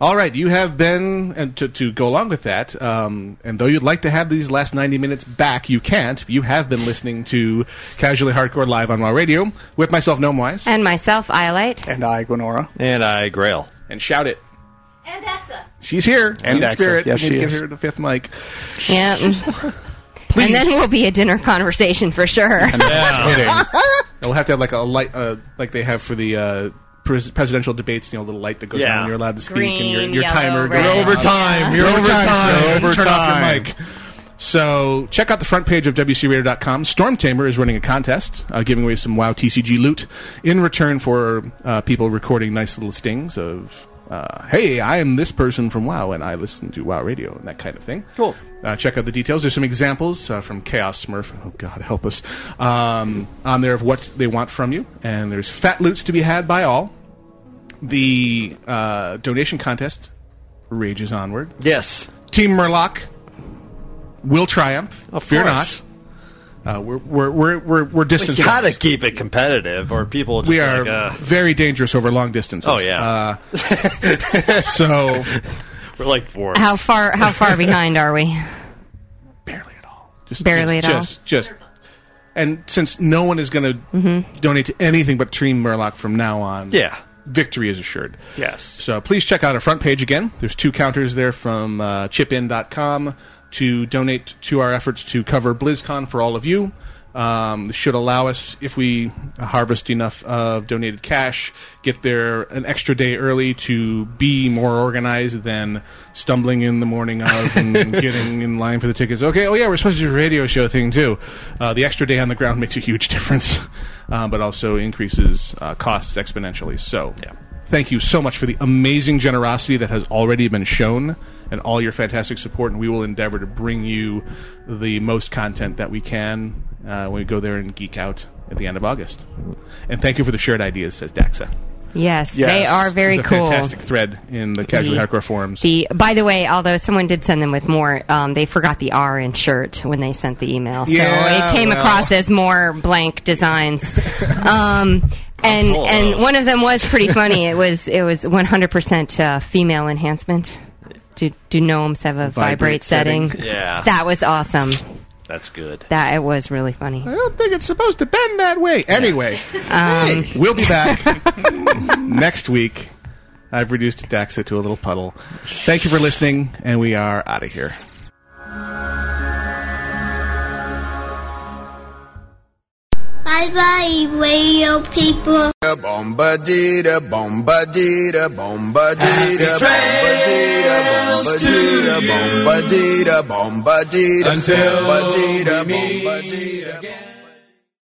All right, you have been, and to, to go along with that, um, and though you'd like to have these last 90 minutes back, you can't. You have been listening to Casually Hardcore Live on Raw Radio with myself, Gnome Wise.
And myself, Iolite.
And I, Gwenora.
And I, Grail.
And shout it. She's here
And
in
Daxa.
spirit.
Yes,
we
she
need to
is.
get her the fifth mic.
Yeah. And then we'll be a dinner conversation for sure.
They'll have to have like a light, uh, like they have for the uh, pres- presidential debates. You know, a little light that goes
Yeah.
on. You're allowed to speak, and
Green,
your, your
yellow,
timer.
red.
goes
You're over
on.
time. You're over time.
sir.
You're over
Turn off your
time.
mic. So check out the front page of WCRadio.com. Storm Tamer is running a contest, uh, giving away some WoW TCG loot in return for uh, people recording nice little stings of. Uh, hey, I am this person from WoW, and I listen to WoW Radio and that kind of thing. Cool. Uh, check out the details. There's some examples uh, from Chaos Smurf. Oh God, help us! Um, on there of what they want from you, and there's fat loots to be had by all. The uh, donation contest rages onward.
Yes.
Team Murloc will triumph. Fear
course.
not. Uh, we're, we're, we're, we're, we're distance
We gotta
runners.
keep it competitive, or people just
We are
like, uh,
very dangerous over long distances.
Oh, yeah.
Uh, so
We're like dwarves.
How far? How far behind are we?
Just,
Barely
just,
at all.
just, Just, and since no one is going to
Mm-hmm.
donate to anything but Team Murloc from now on,
Yeah.
victory is assured.
Yes.
So please check out our front page again. There's two counters there from uh, chipin.com to donate to our efforts to cover BlizzCon for all of you. Um, this should allow us, if we harvest enough of donated cash, get there an extra day early to be more organized than stumbling in the morning of and getting in line for the tickets. Okay, oh yeah, we're supposed to do a radio show thing too. Uh, the extra day on the ground makes a huge difference, uh, but also increases uh, costs exponentially. So, thank you so much for the amazing generosity that has already been shown and all your fantastic support. And we will endeavor to bring you the most content that we can uh, when we go there and geek out at the end of August. And thank you for the shared ideas, says Daxa.
Yes, they are very
There's a
cool.
Fantastic thread in the casual
The-
hardcore forums.
The by the way, although someone did send them with more, um, they forgot the R in shirt when they sent the email, so
Yeah,
it came
well.
across as more blank designs. um, and
full of
and
those.
one of them was pretty funny. it was it was 100 uh, percent female enhancement. Do do gnomes have a vibrate,
Vibrate
setting?
setting. Yeah.
that was awesome.
That's good.
That it was really funny.
I don't think it's supposed to bend that way. Anyway,
Um,
we'll be back next week. I've reduced Daxa to a little puddle. Thank you for listening, and we are out of here.
Bye bye, radio people.
Bombadita, bombadita, bombadita, bombadita, bombadita, bombadita, bombadita, bombadita, bombadita, bombadita.